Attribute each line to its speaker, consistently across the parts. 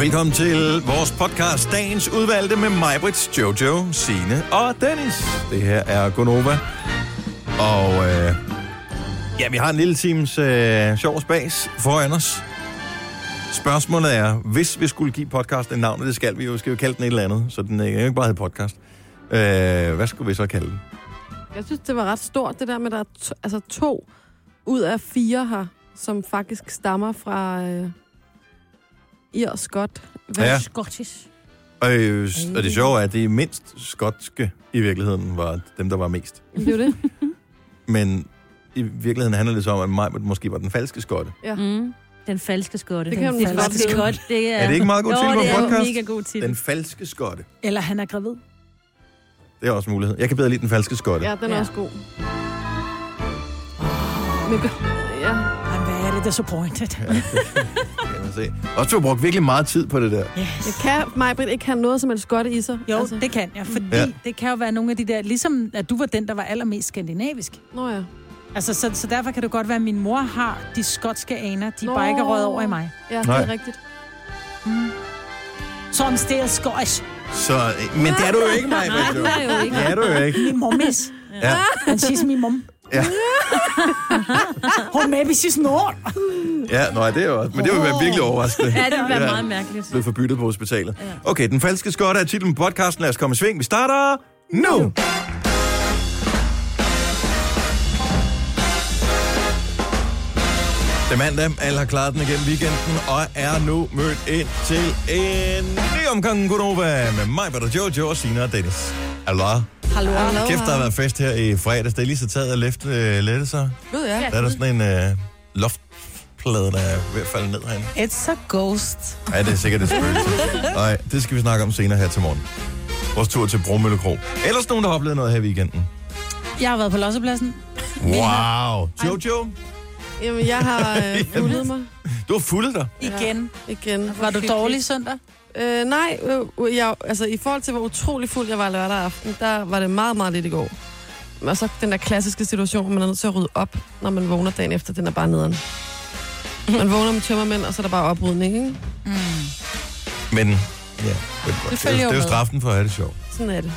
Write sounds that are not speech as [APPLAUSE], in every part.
Speaker 1: Velkommen til vores podcast, dagens udvalgte med mig, Brits, Jojo, Sine og Dennis. Det her er Gonova. Og øh, ja, vi har en lille times øh, sjov spas foran os. Spørgsmålet er, hvis vi skulle give podcasten et navn, og det skal vi jo, skal vi kalde den et eller andet, så den øh, kan jo ikke bare hedde podcast. Øh, hvad skulle vi så kalde den?
Speaker 2: Jeg synes, det var ret stort, det der med, at der er to, altså to ud af fire her, som faktisk stammer fra øh, Ir Scott.
Speaker 1: Ja.
Speaker 3: Ja. Skottis.
Speaker 1: Øh, s- og det sjove er, at det mindst skotske i virkeligheden var dem, der var mest.
Speaker 2: Det er jo det.
Speaker 1: Men i virkeligheden handler det så om, at mig måske var den falske skotte.
Speaker 3: Mm. Den falske skotte.
Speaker 2: Det kan
Speaker 3: den
Speaker 2: man godt
Speaker 3: falske
Speaker 2: hedde.
Speaker 3: skotte. Det er...
Speaker 1: Er det ikke en meget god
Speaker 3: Jo,
Speaker 1: titel på
Speaker 3: det er en
Speaker 1: podcast?
Speaker 3: mega god titel.
Speaker 1: Den falske skotte.
Speaker 4: Eller han er gravid.
Speaker 1: Det er også en mulighed. Jeg kan bedre lide den falske skotte.
Speaker 2: Ja, den er
Speaker 3: Ja.
Speaker 2: også god. Men, gør- ja.
Speaker 4: Jamen, hvad er det, der så pointet?
Speaker 1: Kan man se. Også du har brugt virkelig meget tid på det der.
Speaker 4: Yes.
Speaker 2: Jeg kan Majbrit ikke have noget som helst godt i sig.
Speaker 4: Jo, altså. det kan jeg, fordi
Speaker 1: Ja.
Speaker 4: ja. det kan jo være nogle af de der, ligesom at du var den, der var allermest skandinavisk.
Speaker 2: Nå ja.
Speaker 4: Altså, så, så derfor kan det godt være, at min mor har de skotske aner, de Nå.
Speaker 2: Nå.
Speaker 4: bare ikke er røget over i mig.
Speaker 2: Ja,
Speaker 1: Nej.
Speaker 2: det er rigtigt.
Speaker 4: Som steder skots.
Speaker 1: Så, øh, men det er du jo ikke, mig. Nej,
Speaker 3: det er jo ikke.
Speaker 1: Det er du jo ikke.
Speaker 4: Min mom is.
Speaker 1: Ja.
Speaker 4: And she's my mom.
Speaker 1: Ja.
Speaker 4: Or maybe she's not.
Speaker 1: [LAUGHS] ja, nej, det er jo også. Men det vil være virkelig overraskende.
Speaker 3: Ja, det vil være
Speaker 1: Ja.
Speaker 3: meget mærkeligt.
Speaker 1: Blev forbyttet på hospitalet. Okay, den falske skotte er titlen på podcasten. Lad os komme i sving. Vi starter nu! Det er mandag, alle har klaret den igennem weekenden, og er nu mødt ind til en ny omgang Godova med mig, Peter Jojo og Sina og Dennis. Allah.
Speaker 2: Hallo. Hallo.
Speaker 1: Kæft, der har været fest her i fredags. Det er lige så taget og left, øh, lette sig.
Speaker 2: Gud, ja.
Speaker 1: Der er der sådan en øh, loftplade, der er ved at falde ned herinde.
Speaker 4: It's a ghost.
Speaker 1: Ja, det er sikkert et spøgelse. Nej, det skal vi snakke om senere her til morgen. Vores tur til Bromølle Kro. Ellers nogen, der har oplevet noget her i weekenden.
Speaker 4: Jeg har været på lossepladsen.
Speaker 1: Wow. Jojo,
Speaker 2: Jamen, jeg har øh, fuldet mig
Speaker 1: du har fuldet dig.
Speaker 4: Igen.
Speaker 2: igen.
Speaker 4: Var du dårlig søndag?
Speaker 2: Øh, nej, øh, jeg, altså i forhold til, hvor utrolig fuld jeg var lørdag aften, der var det meget, meget lidt i går. Og så den der klassiske situation, hvor man er nødt til at rydde op, når man vågner dagen efter, den er bare nederen. Man vågner med tømmermænd, og så er der bare oprydning, ikke?
Speaker 1: Men ja, det, er godt. det,
Speaker 4: følger
Speaker 1: er,
Speaker 4: jo
Speaker 1: det er jo
Speaker 4: med.
Speaker 1: straffen for, at det er sjovt.
Speaker 2: Sådan er det.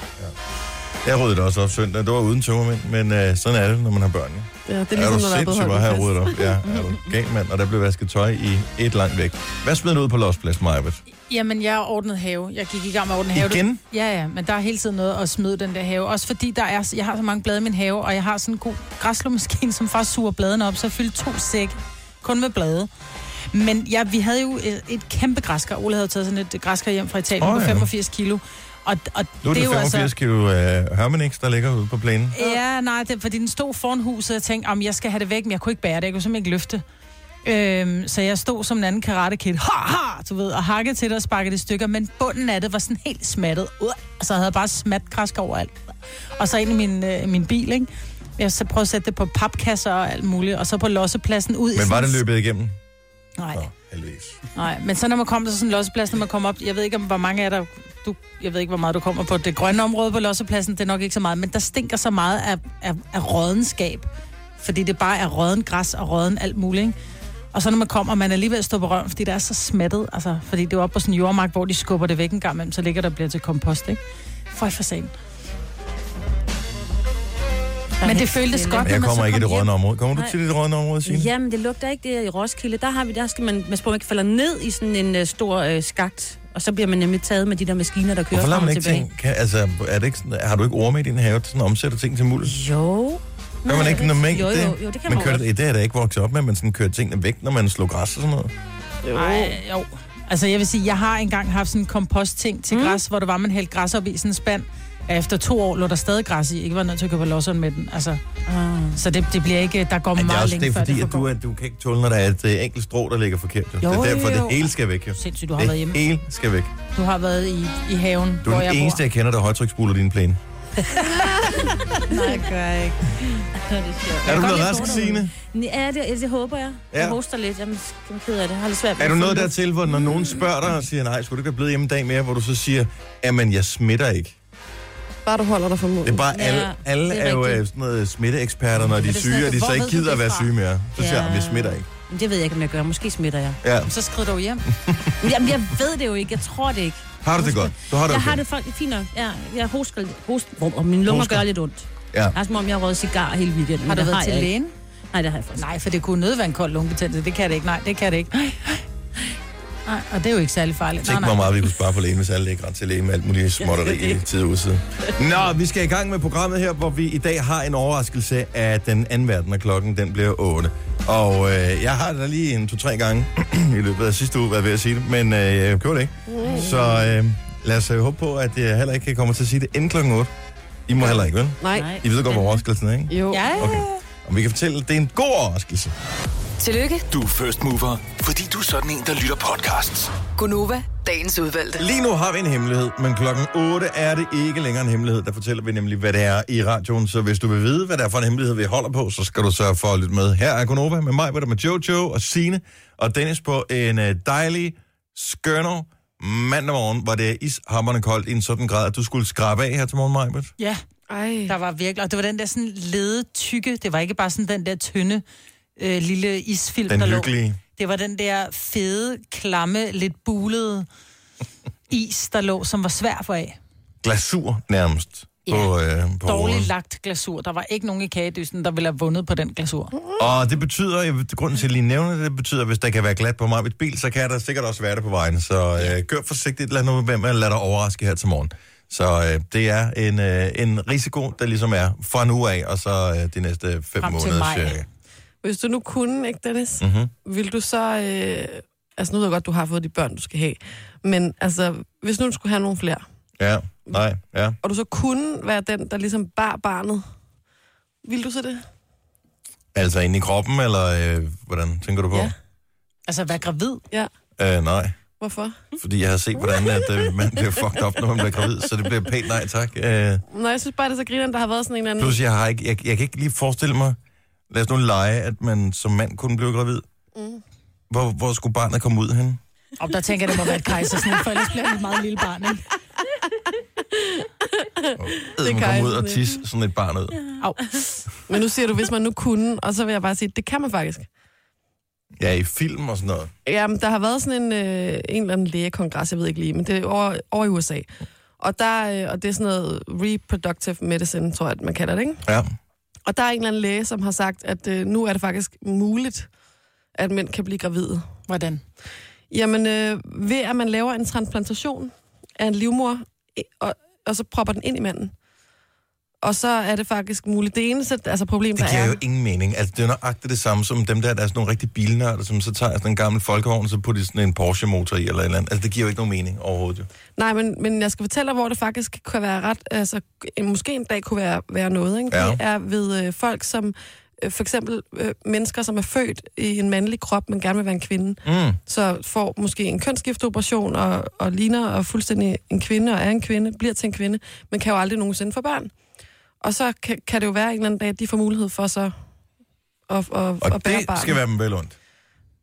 Speaker 1: Jeg ryddede også op søndag. Det var uden tømmermænd, men øh, sådan er det, når man har børn. ja.
Speaker 2: Ja, det er
Speaker 1: er
Speaker 2: ligesom,
Speaker 1: du
Speaker 2: når der er
Speaker 1: sindssygt, hvor
Speaker 2: bedre
Speaker 1: har jeg ryddet op? Ja, er du gal, mand? Og der blev vasket tøj i et langt væk. Hvad smed du ud på losspladsen, Majbert?
Speaker 4: Jamen, jeg ordnede have. Jeg gik i gang med at ordne have.
Speaker 1: Igen?
Speaker 4: Ja, ja, men der er hele tiden noget at smide den der have. Også fordi der er, jeg har så mange blade i min have, og jeg har sådan en god græslåmaskine, [LAUGHS] som faktisk suger bladene op, så jeg fyldte to sække kun med blade. Men ja, vi havde jo et, et kæmpe græskar. Ole havde taget sådan et græskar hjem fra Italien
Speaker 1: Åh,
Speaker 4: oh, på
Speaker 1: ja.
Speaker 4: 85 kilo. Og, og
Speaker 1: Nu er det,
Speaker 4: jo
Speaker 1: 85 altså... kilo øh, Hermanix, der ligger ude på plænen.
Speaker 4: Ja, nej, det, fordi den stod foran huset, og jeg tænkte, om jeg skal have det væk, men jeg kunne ikke bære det, jeg kunne simpelthen ikke løfte. Øhm, så jeg stod som en anden karate kid, ha, ha, du ved, og hakkede til det og sparkede det i stykker, men bunden af det var sådan helt smattet, ud, og så havde jeg bare smat græsk overalt. Og så ind i min, øh, min bil, ikke? Jeg så prøvede at sætte det på papkasser og alt muligt, og så på lossepladsen ud. i
Speaker 1: Men var
Speaker 4: sådan-
Speaker 1: det løbet igennem?
Speaker 4: Nej,
Speaker 1: Nå, heldigvis.
Speaker 4: nej, men så når man kommer til sådan en losseplads, når man kommer op, jeg ved ikke, om hvor mange af der, du, jeg ved ikke, hvor meget du kommer på det grønne område på lossepladsen, det er nok ikke så meget, men der stinker så meget af, af, af rådenskab, fordi det bare er råden græs og råden alt muligt, ikke? Og så når man kommer, og man alligevel står på røven, fordi det er så smattet, altså, fordi det er oppe på sådan en jordmark, hvor de skubber det væk en gang imellem, så ligger der og bliver til kompost, ikke? Føj for sent. Men det føltes godt,
Speaker 1: Men jeg
Speaker 4: når man så
Speaker 1: kommer ikke i det
Speaker 4: kom hjem.
Speaker 1: rådne område. Kommer du
Speaker 3: Nej.
Speaker 1: til det rådne område, Signe?
Speaker 3: Jamen, det lugter ikke det er i Roskilde. Der, har vi, der skal man, man spørger, man ikke falder ned i sådan en uh, stor uh, skagt. Og så bliver man nemlig taget med de der maskiner, der kører
Speaker 1: Hvorfor lader
Speaker 3: frem
Speaker 1: man
Speaker 3: og
Speaker 1: ikke
Speaker 3: tilbage.
Speaker 1: ting? Kan, altså, er det ikke sådan, har du ikke orme i din have, der sådan omsætter ting til muld?
Speaker 3: Jo.
Speaker 1: Gør man ikke normalt
Speaker 3: Jo, jo, jo,
Speaker 1: det?
Speaker 3: det kan
Speaker 1: Men
Speaker 3: man
Speaker 1: kører
Speaker 3: godt.
Speaker 1: det, det er da ikke vokset op med, men sådan kører tingene væk, når man slår græs og sådan noget.
Speaker 4: Ej, jo. Altså, jeg vil sige, jeg har engang haft sådan en kompostting til græs, hvor det var, man hældte græs op i sådan en spand. Efter to år lå der stadig græs i. Ikke var nødt til at købe losseren med den. Altså,
Speaker 3: Ah.
Speaker 4: så det, det bliver ikke... Der går
Speaker 1: Men det er
Speaker 4: meget
Speaker 1: også
Speaker 4: længe
Speaker 1: det,
Speaker 4: før
Speaker 1: fordi
Speaker 4: det
Speaker 1: at du,
Speaker 4: forgår.
Speaker 1: er, du kan ikke tåle, når der er et øh, enkelt strå, der ligger forkert. Jo.
Speaker 4: Jo,
Speaker 1: det er
Speaker 4: jo,
Speaker 1: derfor,
Speaker 4: jo.
Speaker 1: det hele skal væk. Jo.
Speaker 4: Sindssygt, du har været
Speaker 1: Det
Speaker 4: hjemme.
Speaker 1: hele skal væk.
Speaker 4: Du har været i, i haven,
Speaker 1: Du
Speaker 4: hvor
Speaker 1: er den
Speaker 4: jeg
Speaker 1: eneste,
Speaker 4: bor.
Speaker 1: jeg kender, der højtryksspuler din plæne.
Speaker 3: Nej, det gør jeg ikke. Nå, det er sjovt.
Speaker 1: Er du
Speaker 4: kom
Speaker 1: blevet
Speaker 4: lige
Speaker 1: rask,
Speaker 4: på
Speaker 1: Signe?
Speaker 3: Ja, det, ja, det håber jeg.
Speaker 1: Ja.
Speaker 3: Ja. Jeg hoster lidt. Jamen, jeg er ked af det. Jeg har lidt svært
Speaker 1: Er
Speaker 3: ved at
Speaker 1: du
Speaker 3: få
Speaker 1: noget
Speaker 3: luft.
Speaker 1: dertil, hvor når nogen spørger dig og siger, nej, skulle du ikke have blevet hjemme en dag mere, hvor du så siger, jamen, jeg smitter ikke.
Speaker 2: Bare du holder dig for munden.
Speaker 1: Det er bare,
Speaker 3: Ja,
Speaker 1: alle, alle
Speaker 3: det
Speaker 1: er,
Speaker 3: er
Speaker 1: jo
Speaker 3: rigtigt.
Speaker 1: øh, sådan noget smitteeksperter, når de er
Speaker 4: det sådan
Speaker 1: syge,
Speaker 4: noget,
Speaker 1: og de så
Speaker 4: hvor
Speaker 1: ikke
Speaker 4: ved du
Speaker 1: gider at
Speaker 4: det
Speaker 1: være
Speaker 4: fra?
Speaker 1: syge mere. Så siger
Speaker 3: Ja.
Speaker 1: jeg, "Jamen, jeg smitter ikke.
Speaker 3: Men det ved jeg ikke, om jeg gør. Måske smitter jeg.
Speaker 1: Ja.
Speaker 4: Så skrid dog
Speaker 1: [LAUGHS]
Speaker 4: hjem.
Speaker 3: Jamen, jeg ved det jo ikke. Jeg tror det ikke.
Speaker 1: Har du det godt? Du har det
Speaker 3: Jeg
Speaker 1: okay.
Speaker 3: har det faktisk fint nok. Ja, jeg hoster, hoster, hvor, og mine lunger
Speaker 1: Hoster.
Speaker 3: gør lidt ondt.
Speaker 1: Ja.
Speaker 3: Det er som om, jeg har røget cigar hele weekenden.
Speaker 4: Har
Speaker 3: men
Speaker 4: du
Speaker 3: det
Speaker 4: været til
Speaker 3: jeg ikke.
Speaker 4: lægen?
Speaker 3: Nej, det har jeg faktisk.
Speaker 4: Nej, for det kunne nødvendig være en kold lungebetændelse. Det kan det ikke. Nej, det kan det ikke. Nej, og det er jo ikke særlig farligt.
Speaker 1: Tænk, hvor meget vi kunne spare på lægen, hvis alle lægger ret til lægen med alt muligt småtteri i tid og udside. Nå, vi skal i gang med programmet her, hvor vi i dag har en overraskelse af den anden verden, og klokken den bliver 8. Og øh, jeg har da lige en to-tre gange [CLEARS THROAT] i løbet af sidste uge været ved at sige det, men øh, jeg gjorde det ikke. Så øh, lad os øh, håbe på, at jeg heller ikke kommer til at sige det inden klokken 8. I må heller ikke, vel?
Speaker 2: Nej.
Speaker 3: Nej.
Speaker 1: I ved godt, hvor overraskelsen er, ikke?
Speaker 2: Jo.
Speaker 4: Ja,
Speaker 1: Okay. Og vi kan fortælle, at det er en god overraskelse.
Speaker 5: Tillykke,
Speaker 6: Du er first mover, fordi du er sådan en, der lytter podcasts.
Speaker 5: Gunova, dagens udvalgte.
Speaker 1: Lige nu har vi en hemmelighed, men klokken 8 er det ikke længere en hemmelighed. Der fortæller vi nemlig, hvad det er i radioen. Så hvis du vil vide, hvad det er for en hemmelighed, vi holder på, så skal du sørge for at lytte med. Her er Gunova med mig, hvor der med Jojo og Sine og Dennis på en øh, dejlig, skønner mandag morgen, hvor det er ishammerne koldt i en sådan grad, at du skulle skrabe af her til morgen, Majbert.
Speaker 4: Ja,
Speaker 2: Ej.
Speaker 4: der var virkelig... Og det var den der sådan lede tykke. Det var ikke bare sådan den der tynde øh, lille isfilm,
Speaker 1: Den
Speaker 4: der
Speaker 1: hyggelige.
Speaker 4: lå. Det var den der fede, klamme, lidt bulede is, der lå, som var svær for af.
Speaker 1: Glasur nærmest på, øh, på
Speaker 4: Dårligt
Speaker 1: roden.
Speaker 4: lagt glasur. Der var ikke nogen i kagedysten, der ville have vundet på den glasur.
Speaker 1: Og det betyder, jeg, grunden til at jeg lige nævner det, det betyder, at hvis der kan være glat på mig ved bil, så kan der sikkert også være det på vejen. Så øh, kør forsigtigt, lad nu hvem man lader dig overraske her til morgen. Så øh, det er en, øh, en risiko, der ligesom er fra nu af, og så øh, de næste fem
Speaker 4: Frem til
Speaker 1: måneder
Speaker 4: maj.
Speaker 1: cirka.
Speaker 2: Hvis du nu kunne, ikke Dennis,
Speaker 1: Mhm.
Speaker 2: mm-hmm. vil du så... Øh, altså, nu ved jeg godt, du har fået de børn, du skal have. Men altså, hvis nu du skulle have nogle flere,
Speaker 1: Ja, nej, ja.
Speaker 2: og du så kunne være den, der ligesom bar barnet, vil du så det?
Speaker 1: Altså inde i kroppen, eller øh, hvordan tænker du på?
Speaker 2: Ja.
Speaker 4: Altså, at være gravid.
Speaker 2: Ja.
Speaker 1: Øh, nej,
Speaker 2: Hvorfor?
Speaker 1: fordi jeg har set, hvordan at, øh, man bliver fucked op, når man bliver gravid, så det bliver pænt nej tak. Øh,
Speaker 2: Nå, jeg synes bare, det er så grineren, der har været sådan en eller anden...
Speaker 1: Plus, jeg, har ikke, jeg, jeg kan ikke lige forestille mig, lad os nu lege, at man som mand kunne blive gravid. Mm. Hvor, hvor skulle barnet komme ud hen?
Speaker 4: Og der tænker jeg, det må være et kejsersnit, for ellers bliver det et meget lille barn, ikke?
Speaker 1: Det
Speaker 2: kan
Speaker 1: kan komme
Speaker 2: jeg
Speaker 1: ud og
Speaker 2: sådan
Speaker 1: tisse sådan et barn ud.
Speaker 4: Au.
Speaker 2: Men nu siger du, hvis man nu kunne, og så vil jeg bare sige, det kan man faktisk.
Speaker 1: Ja, i film og sådan noget.
Speaker 2: Jamen, der har været sådan en, øh, en eller anden lægekongres, jeg ved ikke lige, men det er over, over i USA. Og, der, øh, og det er sådan noget reproductive medicine, tror jeg, at man kalder det, ikke?
Speaker 1: Ja.
Speaker 2: Og der er en eller anden læge, som har sagt, at øh, nu er det faktisk muligt, at mænd kan blive gravide.
Speaker 4: Hvordan?
Speaker 2: Jamen, øh, ved at man laver en transplantation af en livmor, øh, og, og så propper den ind i manden. Og så er det faktisk muligt. Det eneste altså problem, der
Speaker 1: Det giver
Speaker 2: er...
Speaker 1: jo ingen mening. Altså, det er jo nøjagtigt det samme som dem der, der er sådan nogle rigtige bilnørder, som så tager sådan en gammel folkevogn, og så putter de sådan en Porsche-motor i eller et eller andet. Altså, det giver jo ikke nogen mening overhovedet. Jo.
Speaker 2: Nej, men, men jeg skal fortælle dig, hvor det faktisk kan være ret... Altså, en- måske en dag kunne være, være noget, ikke?
Speaker 1: Ja.
Speaker 2: Det er ved øh, folk, som... Øh, for eksempel øh, mennesker, som er født i en mandlig krop, men gerne vil være en kvinde.
Speaker 1: Mm.
Speaker 2: så får måske en kønsskifteoperation og, og ligner og fuldstændig en kvinde og er en kvinde, bliver til en kvinde, men kan jo aldrig nogensinde få børn. Og så kan, kan det jo være en eller anden dag, at de får mulighed for så at, at,
Speaker 1: Og,
Speaker 2: at
Speaker 1: og
Speaker 2: bære
Speaker 1: det
Speaker 2: barnet.
Speaker 1: skal være dem vel ondt.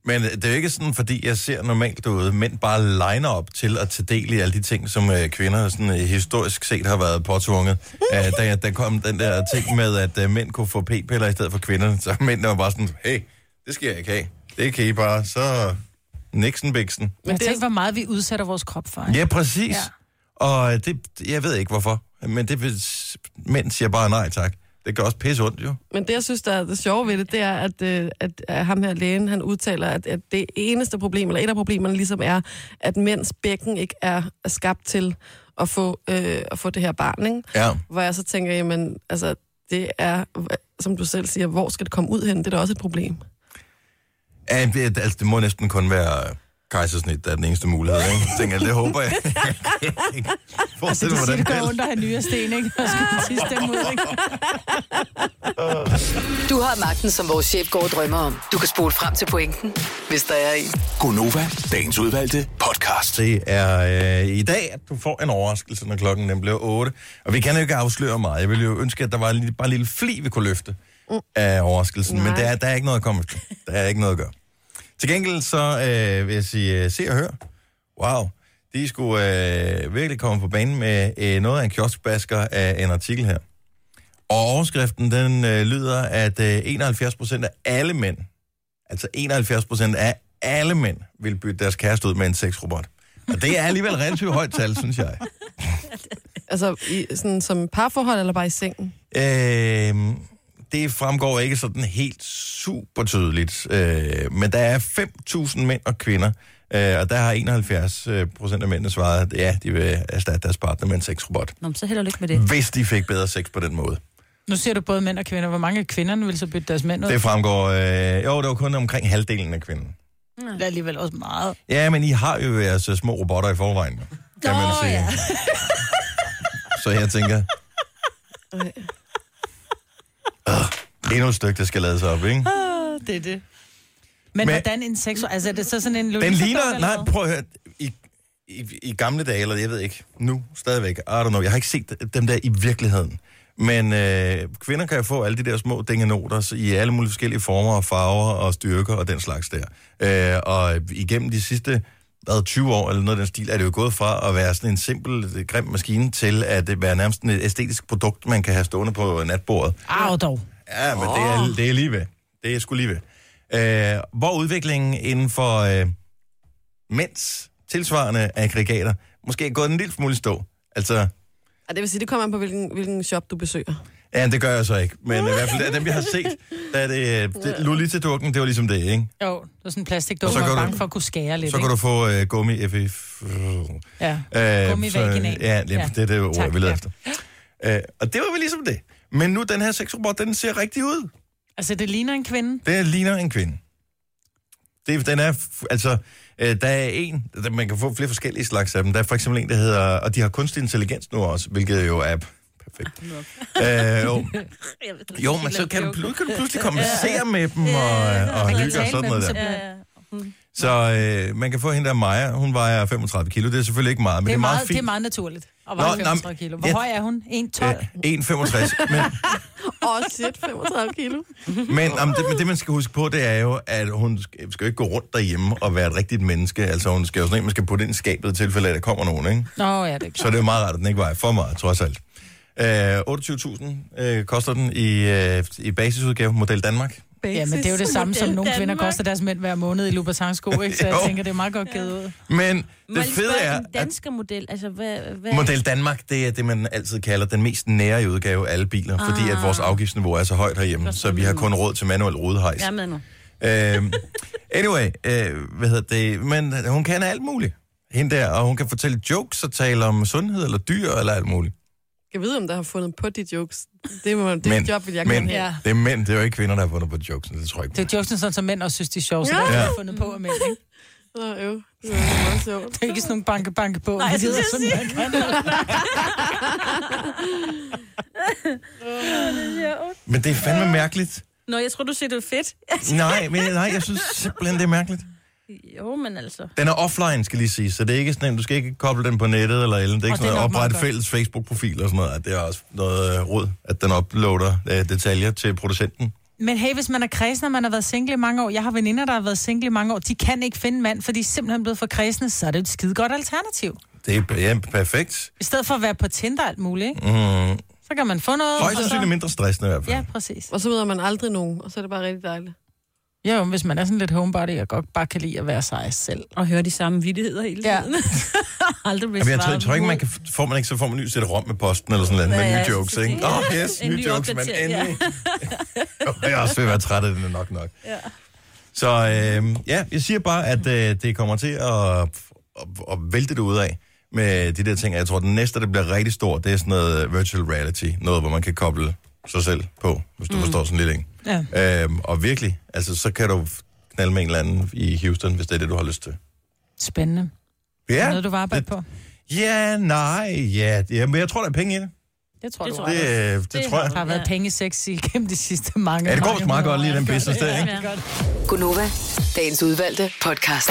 Speaker 1: Men øh, det er jo ikke sådan, fordi jeg ser normalt derude, mænd bare liner op til at tage del i alle de ting, som øh, kvinder sådan, øh, historisk set har været påtvunget. Æh, da der kom den der ting med, at øh, mænd kunne få p-piller i stedet for kvinder, så mændene var bare sådan, hey, det skal jeg ikke have. Det kan I bare, så Nixon-biksen.
Speaker 4: Men jeg
Speaker 2: det er-
Speaker 4: tænker, hvor meget vi udsætter vores krop for. Ikke?
Speaker 1: Ja, præcis. Ja. Og øh, det, jeg ved ikke hvorfor, men det, vil- mænd siger bare nej tak. Det gør også pisse ondt jo.
Speaker 2: Men det, jeg synes, der er det sjove ved det, det er, at, øh, at, at ham her lægen, han udtaler, at, at det eneste problem, eller et af problemerne ligesom er, at mænds bækken ikke er er skabt til at få, øh, at få det her barn, ikke?
Speaker 1: Ja.
Speaker 2: Hvor jeg så tænker, jamen, altså, det er, som du selv siger, hvor skal det komme ud hen? Det er da også et problem.
Speaker 1: Ja, det, altså, det må næsten kun være kejsersnit, der er den eneste mulighed, ikke? Jeg tænker, det håber
Speaker 4: [LAUGHS]
Speaker 1: jeg.
Speaker 4: Så
Speaker 1: Forestil
Speaker 4: de
Speaker 1: mig,
Speaker 4: Altså, siger, det
Speaker 1: hvordan
Speaker 4: gør
Speaker 1: det
Speaker 4: ondt at have nyresten, ikke? Og skal den sidste dem ud, ikke?
Speaker 5: Du har magten, som vores chef går og drømmer om. Du kan spole frem til pointen, hvis der er en.
Speaker 6: Gonova, dagens udvalgte podcast.
Speaker 1: det er øh, i dag, at du får en overraskelse, når klokken den bliver 8. Og vi kan jo ikke afsløre meget. Jeg ville jo ønske, at der var en lille, bare en lille fli, vi kunne løfte
Speaker 4: Mm.
Speaker 1: af overraskelsen. Men
Speaker 2: Nej.
Speaker 1: der, er- der er ikke noget at komme efter. Der er ikke noget at gøre. Til gengæld så øh, vil jeg sige, øh, se og hør. Wow. De skulle øh, virkelig komme på banen med øh, noget af en kioskbasker af en artikel her. Og overskriften, den øh, lyder, at øh, 71 procent af alle mænd Altså 71 procent af alle mænd vil bytte deres kæreste ud med en sexrobot. Og det er alligevel et relativt højt tal, synes jeg.
Speaker 2: Altså, i, sådan, som parforhold eller bare i sengen?
Speaker 1: Øh, det fremgår ikke sådan helt super tydeligt, øh, men der er 5.000 mænd og kvinder, øh, og der har 71 øh, procent af mændene svaret, at ja, de vil erstatte deres partner med en sexrobot.
Speaker 3: Nå, men så held og lykke med det.
Speaker 1: Hvis de fik bedre sex på den måde.
Speaker 4: Nu ser du både mænd og kvinder. Hvor mange af kvinderne vil så bytte deres mænd ud?
Speaker 1: Det fremgår, øh, jo, det var kun omkring halvdelen af kvinden.
Speaker 4: Det er alligevel også meget.
Speaker 1: Ja, men I har jo jeres øh, små robotter i forvejen, kan man
Speaker 3: Nå,
Speaker 1: sige.
Speaker 3: ja.
Speaker 1: [LAUGHS] Så jeg tænker,
Speaker 3: Øh.
Speaker 1: endnu et stykke, der skal lades op, ikke?
Speaker 4: Det er det. Men,
Speaker 1: Men-
Speaker 4: Men hvordan en seks... Altså, er det så sådan en...
Speaker 1: Den
Speaker 4: Louise-bog,
Speaker 1: ligner,
Speaker 4: eller
Speaker 1: nej,
Speaker 4: hvad?
Speaker 1: prøv at høre, i, i, i gamle dage, eller jeg ved ikke, nu stadigvæk, I don't know, jeg har ikke set dem der i virkeligheden. Men øh, kvinder kan jo få alle de der små dingenoter så i alle mulige forskellige former og farver og styrker og den slags der. Øh, og igennem de sidste hvad, 20 år eller noget af den stil, er det jo gået fra at være sådan en simpel, øh, grim maskine til at øh, være nærmest sådan et æstetisk produkt, man kan have stående på natbordet.
Speaker 4: Arv dog.
Speaker 1: Ja, men det, er, det er lige ved. Det er sgu lige ved. Øh, hvor udviklingen inden for øh, mænds tilsvarende aggregater måske er gået en lille smule i stå. Altså,
Speaker 2: Og det vil sige, det kommer an på, hvilken, hvilken shop du besøger.
Speaker 1: ja, det gør jeg så ikke. Men i hvert fald af dem, jeg har set, der er det, øh, det Lolita-dukken, det var ligesom det, ikke?
Speaker 4: Jo, det var sådan en
Speaker 1: Og
Speaker 4: plastikdukke,
Speaker 1: så
Speaker 4: hvor
Speaker 1: kan
Speaker 4: jeg var
Speaker 1: du-
Speaker 4: bange for at kunne skære lidt.
Speaker 1: Så kan
Speaker 4: ikke?
Speaker 1: du få øh, gummi FF...
Speaker 4: Ja.
Speaker 1: Øh,
Speaker 4: Gummivaginal.
Speaker 1: så- Ja, ja, det er det ord,
Speaker 4: Tak,
Speaker 1: jeg ville
Speaker 4: ja.
Speaker 1: efter. Øh, og det var vel ligesom det. Men nu, den her sexrobot, den ser rigtig ud.
Speaker 4: Altså, det ligner en kvinde.
Speaker 1: Det ligner en kvinde. Det, den er, f- altså, øh, der er en, der, man kan få flere forskellige slags af dem. Der er for eksempel en, der hedder, og de har kunstig intelligens nu også, hvilket jo er perfekt. Øh, jo.
Speaker 4: [LAUGHS]
Speaker 3: Jeg ved det
Speaker 1: jo,
Speaker 3: ikke,
Speaker 1: men så
Speaker 3: lad
Speaker 1: kan du,
Speaker 3: joke.
Speaker 1: pl- kan du pludselig kommunicere med dem og, og
Speaker 4: kan
Speaker 1: hygge og
Speaker 4: tale
Speaker 1: sådan
Speaker 4: med
Speaker 1: noget
Speaker 4: dem,
Speaker 1: der.
Speaker 4: så-
Speaker 3: Ja, ja.
Speaker 1: Så øh, man kan få hende der Maja, hun vejer 35 kilo. Det er selvfølgelig ikke meget, men
Speaker 4: Det
Speaker 1: det
Speaker 4: er,
Speaker 1: er meget
Speaker 4: meget, det
Speaker 1: fint.
Speaker 4: er meget naturligt at
Speaker 1: Nå,
Speaker 4: veje
Speaker 1: nå,
Speaker 4: 35 kilo. Hvor
Speaker 1: jeg-
Speaker 4: høj er hun? 1,12?
Speaker 1: Øh, 1,65. Men,
Speaker 2: Åh, oh, shit, 35 kilo.
Speaker 1: Men om det, men det, man skal huske på, det er jo, at hun sk- skal jo ikke gå rundt derhjemme og være et rigtigt menneske. Altså, hun skal jo sådan en, man skal putte ind i skabet i tilfælde af, at der kommer nogen, ikke?
Speaker 4: Nå, ja, det er
Speaker 1: Så det er jo meget rart, at den ikke vejer for meget, trods alt. Øh, 28.000 øh, koster den i, øh, i basisudgave, Model Danmark.
Speaker 4: Ja, men det er jo det samme, som
Speaker 3: Model
Speaker 4: nogle kvinder
Speaker 3: Danmark.
Speaker 4: koster deres mænd hver måned i Louboutin-sko, ikke? Så
Speaker 1: [LAUGHS]
Speaker 4: jeg
Speaker 1: Jo.
Speaker 4: tænker, det er meget godt givet ud.
Speaker 1: Men
Speaker 3: Må
Speaker 1: det
Speaker 3: jeg lige
Speaker 1: fede
Speaker 3: spørge,
Speaker 1: er,
Speaker 3: Den
Speaker 1: at
Speaker 3: danske model, altså hvad... hvad
Speaker 1: Model Danmark, det er det, man altid kalder den mest nære udgave af alle biler, ah. fordi at vores afgiftsniveau er så højt herhjemme, så vi har kun råd til manuel rodehejs.
Speaker 3: Jeg er med nu.
Speaker 1: Øhm, anyway, øh, hvad hedder det? Men hun kan alt muligt. Hende der, og hun kan fortælle jokes og tale om sundhed eller dyr eller alt muligt.
Speaker 2: Jeg ved, om der har fundet på de jokes. Det, må, det er
Speaker 1: Men-
Speaker 2: et job, vil jeg
Speaker 1: men
Speaker 2: gerne have.
Speaker 1: det er mænd, det er jo ikke kvinder, der har fundet på jokes, det tror jeg
Speaker 4: Det
Speaker 1: ikke.
Speaker 4: er jo jokesen sådan, som mænd også synes, de er sjove, så det har
Speaker 1: Ja.
Speaker 4: jeg fundet på af mænd, ikke?
Speaker 2: Nå, jo. Det er meget sjovt.
Speaker 4: Det er ikke sådan nogle banke-banke på.
Speaker 3: Nej, jeg skulle til at sige.
Speaker 1: Men det er fandme mærkeligt.
Speaker 3: Nå, jeg tror, du siger, det er fedt.
Speaker 1: Nej, men, nej, jeg synes simpelthen, det er mærkeligt.
Speaker 3: [LAUGHS] Jo, men altså...
Speaker 1: Den er offline, skal lige sige, så det er ikke sådan, en- du skal ikke koble den på nettet eller eller. Det er ikke
Speaker 4: Og
Speaker 1: sådan
Speaker 4: det
Speaker 1: noget,
Speaker 4: er nok meget
Speaker 1: oprette
Speaker 4: godt.
Speaker 1: fælles Facebook-profil og sådan noget. Det er også noget øh, råd, at den uploader øh, detaljer til producenten.
Speaker 4: Men hey, hvis man er kredsen, og man har været single i mange år, jeg har veninder, der har været single i mange år, de kan ikke finde en mand, for de er simpelthen blevet for kredsende, så er det et skide godt alternativ.
Speaker 1: Det er ja, perfekt.
Speaker 4: I stedet for at være på Tinder og alt muligt, ikke?
Speaker 1: Mm.
Speaker 4: så kan man få noget. og
Speaker 1: Højst
Speaker 4: så-
Speaker 1: sandsynligt mindre stressende i hvert fald.
Speaker 4: Ja, præcis.
Speaker 2: Og så møder man aldrig nogen, og så er det bare rigtig dejligt.
Speaker 4: Jo, men hvis man er sådan lidt homebody, og godt bare kan lide at være sig selv.
Speaker 3: Og høre de samme vidtigheder hele
Speaker 4: Ja.
Speaker 3: tiden. [LAUGHS] Aldrig bliver
Speaker 1: Jamen, jeg tror, jeg
Speaker 3: svaret
Speaker 1: tror ikke, man
Speaker 3: ud.
Speaker 1: kan, får man ikke, så får man ny sæt rom med posten eller sådan noget, med
Speaker 3: Ja,
Speaker 1: nye
Speaker 3: ja,
Speaker 1: jokes,
Speaker 3: så-
Speaker 1: ikke?
Speaker 3: ja.
Speaker 1: Åh, oh, yes,
Speaker 3: En
Speaker 1: nye
Speaker 3: ny
Speaker 1: jokes, men
Speaker 3: opdatering, ja. [LAUGHS]
Speaker 1: endelig. Jo, jeg er også ved at være træt af den nok nok.
Speaker 3: Ja.
Speaker 1: Så øh, ja, jeg siger bare, at øh, det kommer til at, at, at vælte det ud af med de der ting. Jeg tror, den næste, der bliver rigtig stor, det er sådan noget virtual reality. Noget, hvor man kan koble sig selv på, hvis du mm. forstår sådan lidt, ikke?
Speaker 4: Ja.
Speaker 1: Øhm, og virkelig, altså, så kan du knalde med en eller anden i Houston, hvis det er det, du har lyst til.
Speaker 4: Spændende.
Speaker 1: Ja,
Speaker 4: Ja, noget, du var arbejde
Speaker 1: det-
Speaker 4: på.
Speaker 1: Ja, nej, ja. ja men jeg tror, der er penge i det.
Speaker 4: Det tror
Speaker 3: Det
Speaker 4: du
Speaker 3: tror
Speaker 4: også.
Speaker 1: Det, øh, det, det tror jeg.
Speaker 4: Der har været
Speaker 3: Ja.
Speaker 4: penge i sex i gennem de sidste mange
Speaker 1: Ja, det går
Speaker 4: mange
Speaker 1: vist meget godt
Speaker 4: hundrede
Speaker 1: lige i
Speaker 4: år.
Speaker 1: den business der, ikke?
Speaker 4: Ja.
Speaker 5: Gunova, dagens udvalgte podcast.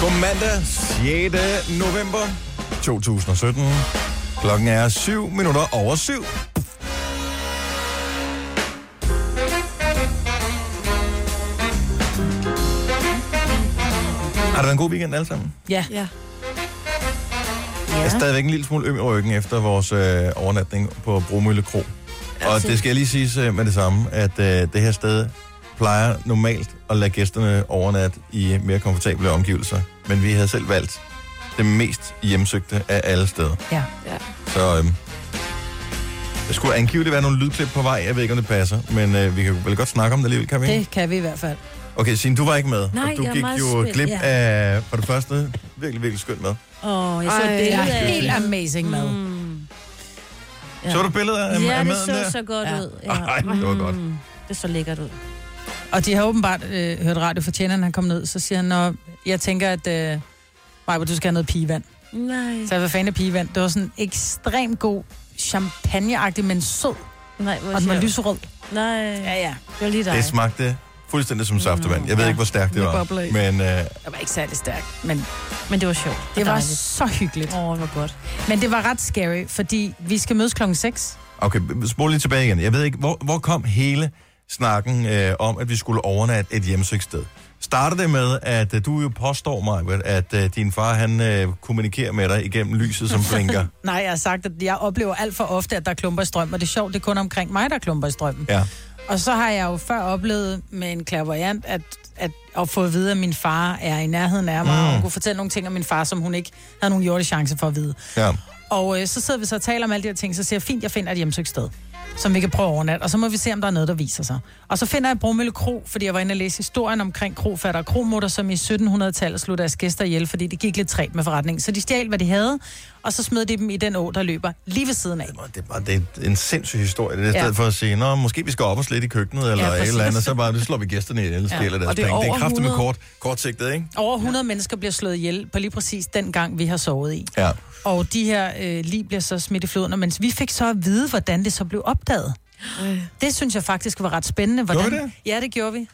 Speaker 1: På mandag 6. november 2017. Klokken er 7 minutter over 7. Har det været en god weekend alle sammen?
Speaker 4: Ja.
Speaker 2: Ja.
Speaker 1: Jeg er stadigvæk en lille smule øm i ryggen efter vores øh, overnatning på Bromølle Kro. Og det skal lige siges øh, med det samme, at øh, det her sted plejer normalt at lade gæsterne overnatte i mere komfortable omgivelser. Men vi havde selv valgt det mest hjemsøgte af alle steder.
Speaker 4: Ja.
Speaker 2: Ja.
Speaker 1: Så øhm, der skulle angiveligt være nogle lydklip på vej. Jeg ved ikke, om det passer, men øh, vi kan vel godt snakke om det alligevel, kan vi? ikke?
Speaker 4: Det kan vi i hvert fald.
Speaker 1: Okay, Signe, du var ikke med.
Speaker 3: Nej,
Speaker 1: og du
Speaker 3: jeg er
Speaker 1: gik
Speaker 3: meget
Speaker 1: jo
Speaker 3: spændt,
Speaker 1: glip
Speaker 3: ja.
Speaker 1: af, for det første, virkelig, virkelig skønt mad.
Speaker 3: Åh, jeg så
Speaker 2: Ej,
Speaker 3: det
Speaker 4: Det er
Speaker 3: af.
Speaker 4: helt amazing mad.
Speaker 3: Mm.
Speaker 1: Ja. Så du billeder af,
Speaker 3: Ja,
Speaker 1: af
Speaker 3: det
Speaker 1: maden der?
Speaker 3: så så godt
Speaker 4: Ja.
Speaker 3: ud.
Speaker 1: Ej, det var godt.
Speaker 3: Mm. Det så lækkert ud.
Speaker 4: Og de har åbenbart øh, hørt radio for tjeneren, han kom ned, så siger han, når jeg tænker, at øh, Maja, du skal have noget pigevand.
Speaker 3: Nej.
Speaker 4: Så jeg var fan af pigevand. Det var sådan ekstremt god champagneagtig, men sød,
Speaker 3: Nej, hvor
Speaker 4: og den var
Speaker 3: sjovt.
Speaker 4: lyserød.
Speaker 3: Nej,
Speaker 4: ja.
Speaker 3: det var lige dig.
Speaker 1: Det smagte fuldstændig som saftevand. Jeg ved
Speaker 4: Ja.
Speaker 1: ikke, hvor stærkt det
Speaker 2: Med
Speaker 1: var.
Speaker 2: bobler i.
Speaker 1: Men øh,
Speaker 4: Det var ikke særlig stærk, men
Speaker 3: Men det var sjovt. og
Speaker 4: det var
Speaker 3: dejligt.
Speaker 4: så hyggeligt.
Speaker 3: Åh, oh, hvor godt.
Speaker 4: Men det var ret scary, fordi vi skal mødes klokken 6.
Speaker 1: okay, spol lige tilbage igen. Jeg ved ikke, hvor, hvor kom hele snakken øh, om, at vi skulle overnatte et hjemsøgt sted? Starter det med, at øh, du jo påstår mig, at øh, din far han øh, kommunikerer med dig igennem lyset, som blinker.
Speaker 4: Nej, jeg har sagt, at jeg oplever alt for ofte, at der er klumper i strømmen, og det er sjovt, det er kun omkring mig, der er klumper i strømmen.
Speaker 1: Ja.
Speaker 4: Og så har jeg jo før oplevet med en clairvoyant, at, at, at få at vide, at min far er i nærheden af mig, mm. og hun kunne fortælle nogle ting om min far, som hun ikke havde nogen jordisk chance for at vide.
Speaker 1: ja.
Speaker 4: Og øh, så sidder vi så og taler om alle de her ting, så siger jeg, fint, jeg finder et hjemsøgt sted, som vi kan prøve overnat, og så må vi se, om der er noget, der viser sig. Og så finder jeg Bromølle Kro, fordi jeg var inde og læse historien omkring krofatter og kromutter, som i 1700-tallet slog deres gæster ihjel, fordi det gik lidt træt med forretningen. Så de stjal, hvad de havde, og så smed de dem i den å, der løber lige ved siden af.
Speaker 1: Nå, Det er, bare, det er en sindssyg historie. Det er i
Speaker 4: Ja.
Speaker 1: stedet for at sige, Nå, måske vi skal op og slet i køkkenet, eller ja, et
Speaker 4: præcis.
Speaker 1: eller andet, så bare, det slår vi gæsterne i eller ja. deres
Speaker 2: og det er
Speaker 1: penge. Det er
Speaker 2: over
Speaker 1: kraftigt med
Speaker 2: 100.
Speaker 1: kort, kortsigtet, ikke?
Speaker 4: Over 100 mennesker bliver slået ihjel på lige præcis den gang, vi har sovet i.
Speaker 1: Ja.
Speaker 4: Og de her øh, lige bliver så smidt i floden, og mens vi fik så at vide, hvordan det så blev opdaget. Det synes jeg faktisk var ret spændende. Hvordan...
Speaker 1: Gjorde I det?
Speaker 4: Ja, det gjorde vi.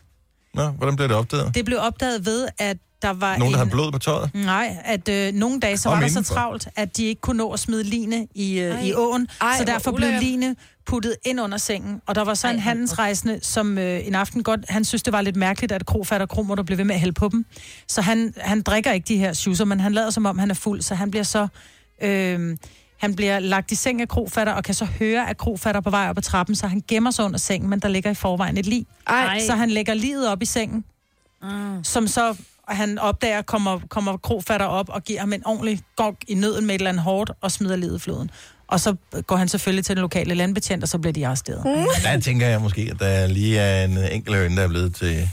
Speaker 1: Nå, hvordan blev det opdaget?
Speaker 4: Det blev opdaget ved, at der var
Speaker 1: Nogen, der
Speaker 4: en...
Speaker 1: havde blod på tøjet?
Speaker 4: Nej, at øh, nogle dage så
Speaker 1: Om
Speaker 4: var der så
Speaker 1: indenfor.
Speaker 4: travlt, at de ikke kunne nå at smide line i, øh, i
Speaker 2: Ej.
Speaker 4: åen,
Speaker 2: Ej,
Speaker 4: så
Speaker 2: hvor
Speaker 4: derfor blev
Speaker 2: ulækkert.
Speaker 4: line puttet ind under sengen. Og der var så en
Speaker 3: Ej,
Speaker 4: handelsrejsende, som øh, en aften godt, han synes, det var lidt mærkeligt, at krofatter og kromutter blev ved med at hælde på dem. Så han, han drikker ikke de her schusser, men han lader som om, han er fuld, så han bliver så... Øh, han bliver lagt i seng af krofatter, og kan så høre, at krofatter er på vej op ad trappen, så han gemmer sig under sengen, men der ligger i forvejen et lig.
Speaker 2: Ej,
Speaker 4: Så han lægger livet op i sengen, mm. som så han opdager, kommer, kommer krofatter op og giver ham en ordentlig gog i nøden med et eller andet hårdt og smider livet i floden. Og så går han selvfølgelig til den lokale landbetjent, og så bliver de arresteret. Mm.
Speaker 1: Der tænker jeg måske, at der lige er en enkelt høne, der er blevet til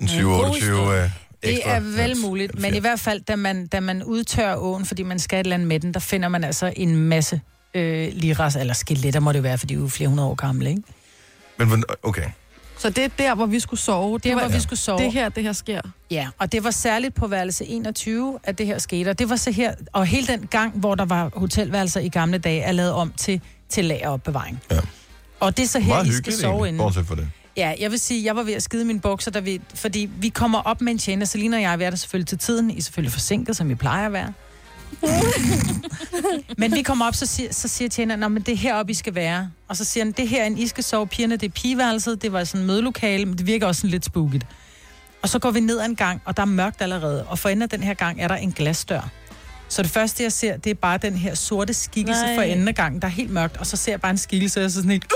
Speaker 1: en 20-28 øh,
Speaker 4: Det
Speaker 1: ekstra.
Speaker 4: er vel muligt, men i hvert fald, da man, da man udtørrer åen, fordi man skal et eller andet med den, der finder man altså en masse øh, liras, eller skeletter må det være, for de er jo flere hundrede år gamle, ikke?
Speaker 1: Men hvordan- okay.
Speaker 2: så det er der, hvor vi skulle sove.
Speaker 4: Det
Speaker 2: var,
Speaker 4: var, hvor vi skulle sove.
Speaker 2: det her, det her sker.
Speaker 4: Ja, og det var særligt på værelse 21, at det her skete. Og det var så her, og hele den gang, hvor der var hotelværelser i gamle dage, er lavet om til, til lageropbevaring.
Speaker 1: Ja.
Speaker 4: Og det er så her,
Speaker 1: Meget
Speaker 4: I skal
Speaker 1: hyggeligt
Speaker 4: sove
Speaker 1: egentlig,
Speaker 4: inden.
Speaker 1: bortset for det.
Speaker 4: Ja, jeg vil sige, jeg var ved at skide mine bukser, da vi, fordi vi kommer op med en tjener. Selina og jeg, vi er der selvfølgelig til tiden. I er selvfølgelig forsinket, som I plejer at være. men vi kommer op, så siger, så siger tjeneren, at det er heroppe, I skal være. Og så siger han, det er herinde, I skal sove. Pigerne, det er pigeværelset. Det var sådan et mødelokale, men det virker også sådan lidt spooket. Og så går vi ned ad en gang, og der er mørkt allerede. Og for enden af den her gang er der en glasdør. Så det første, jeg ser, det er bare den her sorte skikkelse
Speaker 3: Nej.
Speaker 4: for enden af gangen, der er helt mørkt. Og så ser jeg bare en skikkelse, og jeg er sådan helt,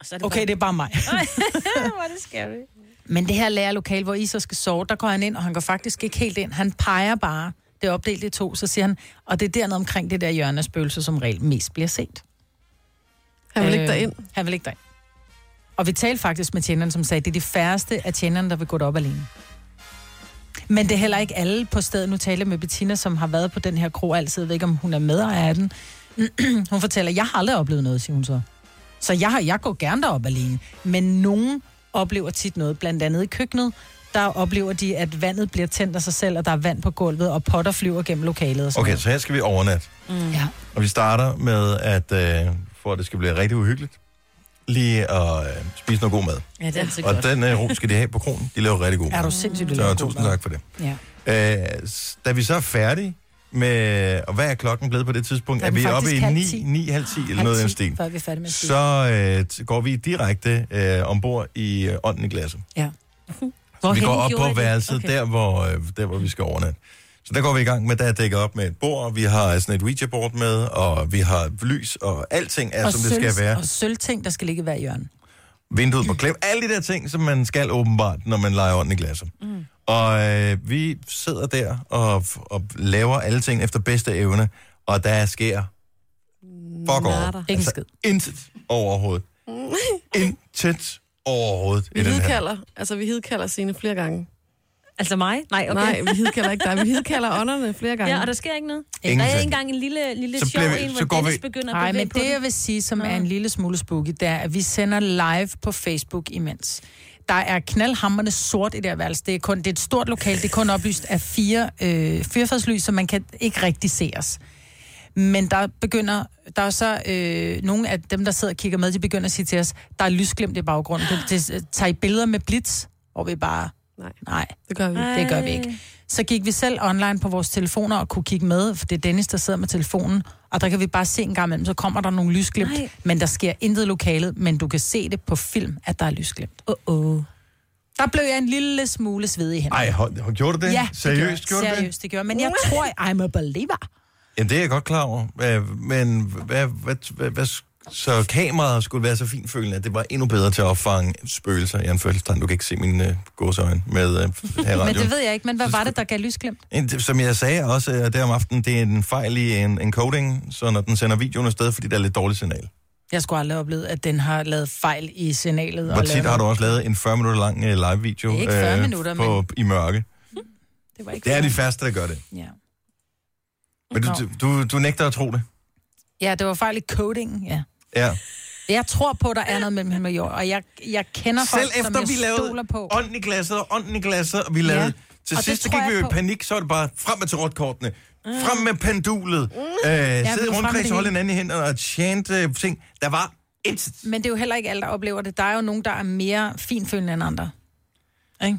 Speaker 3: Og så er det
Speaker 4: okay, det er bare
Speaker 3: [LAUGHS]
Speaker 4: mig.
Speaker 3: bare, hvor er det scary.
Speaker 4: Men det her lærerlokal, hvor I så skal sove, der går han ind, og han går faktisk ikke helt ind. Han peger bare, det er opdelt i to, så siger han, og det er dernede omkring det der hjørnespøgelse, som regel mest bliver set.
Speaker 2: Han vil øh. ikke
Speaker 4: Øh,
Speaker 2: derind.
Speaker 4: Han vil ikke derind. Og vi talte faktisk med tjeneren, som sagde, det er de færreste af tjeneren, der vil gå op alene. Men det er heller ikke alle på stedet. Nu taler jeg med Bettina, som har været på den her kro altid. Jeg ved ikke, om hun er medejer af den. [CLEARS THROAT] hun fortæller, jeg har aldrig oplevet noget, siger hun så. Så jeg, har, jeg går gerne derop alene. Men nogen oplever tit noget, blandt andet i køkkenet. Der oplever de, at vandet bliver tændt af sig selv, og der er vand på gulvet, og potter flyver gennem lokalet. Og sådan
Speaker 1: Okay, så her skal vi overnatte.
Speaker 4: noget. Ja.
Speaker 1: Og vi starter med, at øh, for at det skal blive rigtig uhyggeligt, lige at øh, spise noget god mad.
Speaker 3: Ja, det er altid
Speaker 1: Og
Speaker 3: godt.
Speaker 1: den øh, ro skal de have på kronen. De laver rigtig god
Speaker 4: Er
Speaker 1: mad.
Speaker 4: du sindssygt det lyder
Speaker 1: Så
Speaker 4: god
Speaker 1: tusind
Speaker 4: mad.
Speaker 1: tak for det.
Speaker 4: Ja.
Speaker 1: Øh, s- da vi så er færdige med... Og hvad er klokken blevet på det tidspunkt?
Speaker 4: Er
Speaker 1: Er
Speaker 4: den
Speaker 1: vi oppe
Speaker 4: faktisk
Speaker 1: i
Speaker 4: halv
Speaker 1: 9,
Speaker 4: ti?
Speaker 1: 9 halv 10 eller
Speaker 4: Halv
Speaker 1: noget i den
Speaker 4: ti,
Speaker 1: stil?
Speaker 4: Før vi er færdige med at spise.
Speaker 1: så øh, t- går vi direkte øh, ombord i øh, ånden i glasset.
Speaker 4: Ja.
Speaker 1: Hvor vi går op
Speaker 3: gjorde
Speaker 1: på
Speaker 3: I det?
Speaker 1: værelset, okay.
Speaker 3: Okay.
Speaker 1: der, hvor, øh, der hvor vi skal overnatte. Så der går vi i gang med, der er dækket op med et bord, vi har sådan et Ouija-board med, og vi har lys, og alting er, og som det skal være.
Speaker 4: og sølvting, der skal ligge i hver hjørne.
Speaker 1: vinduet på klem. Alle de der ting, som man skal åbenbart, når man leger ånden i glasset. Mm. Og øh, vi sidder der og, og laver alle ting efter bedste evne, og der sker fuck over.
Speaker 2: Nada.
Speaker 4: Ikke en skid.
Speaker 1: intet overhovedet.
Speaker 4: Mm.
Speaker 1: intet overhovedet
Speaker 2: Vi
Speaker 1: i den her.
Speaker 2: hidkalder, altså vi hidkalder sine flere gange.
Speaker 3: Altså mig? Nej, okay.
Speaker 2: Nej, vi hidkalder ikke dig. Vi hidkalder ånderne flere gange.
Speaker 3: Ja, og der sker ikke noget.
Speaker 1: Ingenting.
Speaker 3: Der er ikke engang en lille, lille
Speaker 1: Så
Speaker 3: sjov
Speaker 1: bliver vi-
Speaker 3: en,
Speaker 1: så
Speaker 3: hvor
Speaker 1: går
Speaker 3: Dennis
Speaker 1: vi-
Speaker 3: begynder at
Speaker 4: Nej,
Speaker 3: bevæge
Speaker 4: men
Speaker 3: på
Speaker 4: det, jeg
Speaker 3: den.
Speaker 4: vil sige, som er en lille smule spooky, det er, at vi sender live på Facebook imens. Der er knaldhammerne sort i det her værelse. Det er, kun, det er et stort lokal. Det er kun oplyst af fire øh, fyrfadslys, så man kan ikke rigtig se os. Men der begynder, der er så øh, nogle af dem, der sidder og kigger med, de begynder at sige til os, der er lysglimt i baggrunden. Det, det, tager I billeder med blitz? Hvor vi bare,
Speaker 2: Nej,
Speaker 4: nej,
Speaker 2: det gør vi. ikke.
Speaker 4: det gør vi ikke. Så gik vi selv online på vores telefoner og kunne kigge med, for det er Dennis, der sidder med telefonen, og der kan vi bare se en gang imellem, så kommer der nogle lysglimt,
Speaker 3: Nej.
Speaker 4: men der sker intet i lokalet, men du kan se det på film, at der er lysglimt. Uh-oh. Der blev jeg en lille smule svedig i hænderne.
Speaker 1: Ej, hold, gjorde du det? Seriøst,
Speaker 4: det
Speaker 1: gjorde
Speaker 4: gjorde,
Speaker 1: du det?
Speaker 4: seriøst, det gjorde jeg. Men jeg tror, I'm a believer.
Speaker 1: Jamen, det er jeg godt klar over. Øh, Men hvad, hvad, hvad, hvad, så kameraet skulle være så finfølende, at det var endnu bedre til at opfange spøgelser i anførselstegn. Du kan ikke se mine øh, gåseøjne
Speaker 4: [LAUGHS]
Speaker 1: med øh, her i
Speaker 4: Men
Speaker 1: radioen.
Speaker 4: det ved jeg ikke, men hvad var det, der gav lysglimt?
Speaker 1: En- det- Som jeg sagde også øh, der om aftenen, det er en fejl i en encoding, så når den sender videoen afsted, fordi der er lidt dårligt signal.
Speaker 4: Jeg skulle aldrig have oplevet, at den har lavet fejl i signalet.
Speaker 1: Hvor tit har du også lavet en 40 minutter lang øh, live-video
Speaker 4: Ikke 40 minutter,
Speaker 1: på, i mørke?
Speaker 4: Det, var ikke
Speaker 1: Det er de
Speaker 4: fejl.
Speaker 1: færreste, der gør det.
Speaker 4: Ja.
Speaker 1: Men du, du, du nægter at tro det.
Speaker 4: ja, det var fejl i codingen, ja.
Speaker 1: Ja.
Speaker 4: Jeg tror på, der er noget mellem himmel og jord, og jeg, jeg kender folk,
Speaker 1: Selv efter
Speaker 4: som jeg
Speaker 1: vi
Speaker 4: stoler
Speaker 1: lavede
Speaker 4: på.
Speaker 1: ånden i glasset og ånden i glasset, og vi lavede...
Speaker 4: Ja.
Speaker 1: Til
Speaker 4: Og det
Speaker 1: sidst så
Speaker 4: tror
Speaker 1: gik vi
Speaker 4: jeg
Speaker 1: jo i
Speaker 4: på. Mm.
Speaker 1: panik, så var det bare frem med tarotkortene, frem med pendulet, øh,
Speaker 4: vi
Speaker 1: sidde
Speaker 4: var
Speaker 1: rundt
Speaker 4: fremme med
Speaker 1: kreds
Speaker 4: det
Speaker 1: og holde
Speaker 4: hele.
Speaker 1: hinanden i hænderne og tjente øh, ting. Der var intet.
Speaker 4: Men det er jo heller ikke alle, der oplever det. Der er jo nogen, der er mere finfølende end andre. Ikke?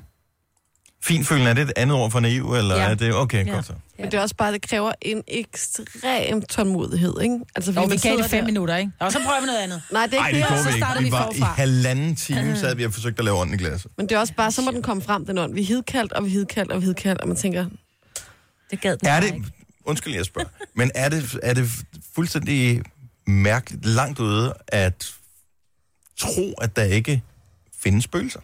Speaker 1: Finfølende, er det et andet ord for naiv, eller
Speaker 4: Ja.
Speaker 1: er det... Okay,
Speaker 4: Ja.
Speaker 1: godt så.
Speaker 2: Men det er også bare, det kræver en ekstrem tålmodighed, ikke? Altså,
Speaker 4: Jo,
Speaker 2: fordi man
Speaker 4: vi gav det
Speaker 2: sidder
Speaker 4: fem
Speaker 2: der-
Speaker 4: minutter, ikke? Og så prøver vi noget andet.
Speaker 2: Nej, det er
Speaker 1: Nej,
Speaker 2: ikke
Speaker 1: det
Speaker 2: det.
Speaker 1: gjorde vi
Speaker 4: så starter
Speaker 1: ikke. Vi
Speaker 4: vi
Speaker 1: var
Speaker 4: forfra. Øh.
Speaker 1: i halvanden time, sad vi og forsøgte at lave ånden i glasset.
Speaker 2: Men det er også bare, så må den komme frem, den ånd. Vi hidkaldt, og vi hidkaldt, og vi hidkaldt, og man tænker,
Speaker 3: Det gad den
Speaker 1: Er
Speaker 3: bare
Speaker 1: det,
Speaker 3: ikke.
Speaker 1: undskyld jeg spørger, men er det, er det fuldstændig mærkeligt langt ude at tro, at der ikke findes spøgelser?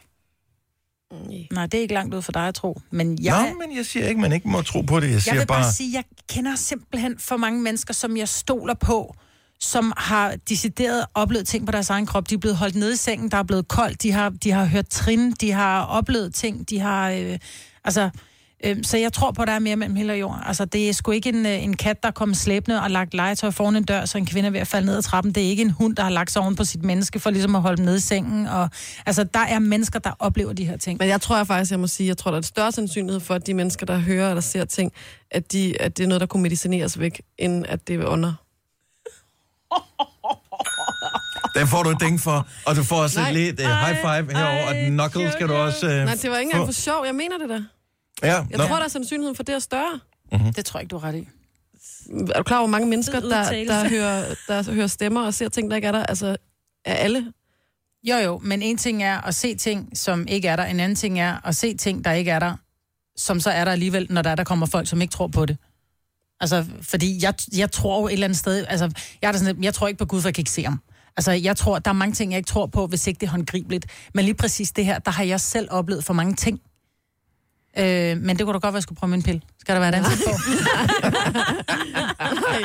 Speaker 4: Nej, det er ikke langt ud for dig at tro. Men jeg,
Speaker 1: Ja. Nå, men jeg siger ikke, man ikke må tro på det. Jeg
Speaker 4: jeg
Speaker 1: siger
Speaker 4: vil bare
Speaker 1: bare,
Speaker 4: sige, jeg kender simpelthen for mange mennesker, som jeg stoler på, som har decideret oplevet ting på deres egen krop. De er blevet holdt nede i sengen, der er blevet koldt, de har, de har hørt trin, de har oplevet ting, de har... Øh, altså, øh, så jeg tror på, at der er mere mellem himmel og jord. Altså, det er sgu ikke en, øh, en kat, der er kommet slæbende og lagt legetøj foran en dør, så en kvinde er ved at falde ned ad trappen. Det er ikke en hund, der har lagt sig oven på sit menneske for ligesom at holde dem nede i sengen. Og, altså, der er mennesker, der oplever de her ting.
Speaker 2: Men jeg tror jeg faktisk, jeg må sige, jeg tror, der er et større sandsynlighed for, at de mennesker, der hører eller ser ting, at, de, at det er noget, der kunne medicineres væk, end at det er under.
Speaker 1: den får du et ding for, og du får også
Speaker 2: Nej.
Speaker 1: et lidt uh, high five herover, og knuckles skal du også... Uh,
Speaker 2: Nej, det var ikke engang for sjov. Jeg mener det da.
Speaker 1: Ja,
Speaker 2: Jeg
Speaker 1: nå.
Speaker 2: tror, der er sandsynligheden for, at det er større.
Speaker 4: Det tror jeg ikke, du har ret i.
Speaker 2: Er du klar over, hvor mange mennesker,
Speaker 3: Fed
Speaker 2: der,
Speaker 3: udtalelse.
Speaker 2: der, hører, der hører stemmer og ser ting, der ikke er der? Altså, er alle?
Speaker 4: Jo, jo, men en ting er at se ting, som ikke er der. En anden ting er at se ting, der ikke er der, som så er der alligevel, når der, er, der kommer folk, som ikke tror på det. Altså, fordi jeg, jeg tror jo et eller andet sted... Altså, jeg, er da sådan, lidt, jeg tror ikke på Gud, for jeg kan ikke se ham. Altså, jeg tror, der er mange ting, jeg ikke tror på, hvis ikke det er håndgribeligt. Men lige præcis det her, der har jeg selv oplevet for mange ting. Øh, men det kunne da godt være, at jeg skulle prøve min pille. Skal der være et
Speaker 1: [LAUGHS]
Speaker 4: ansigt på?
Speaker 2: Nej,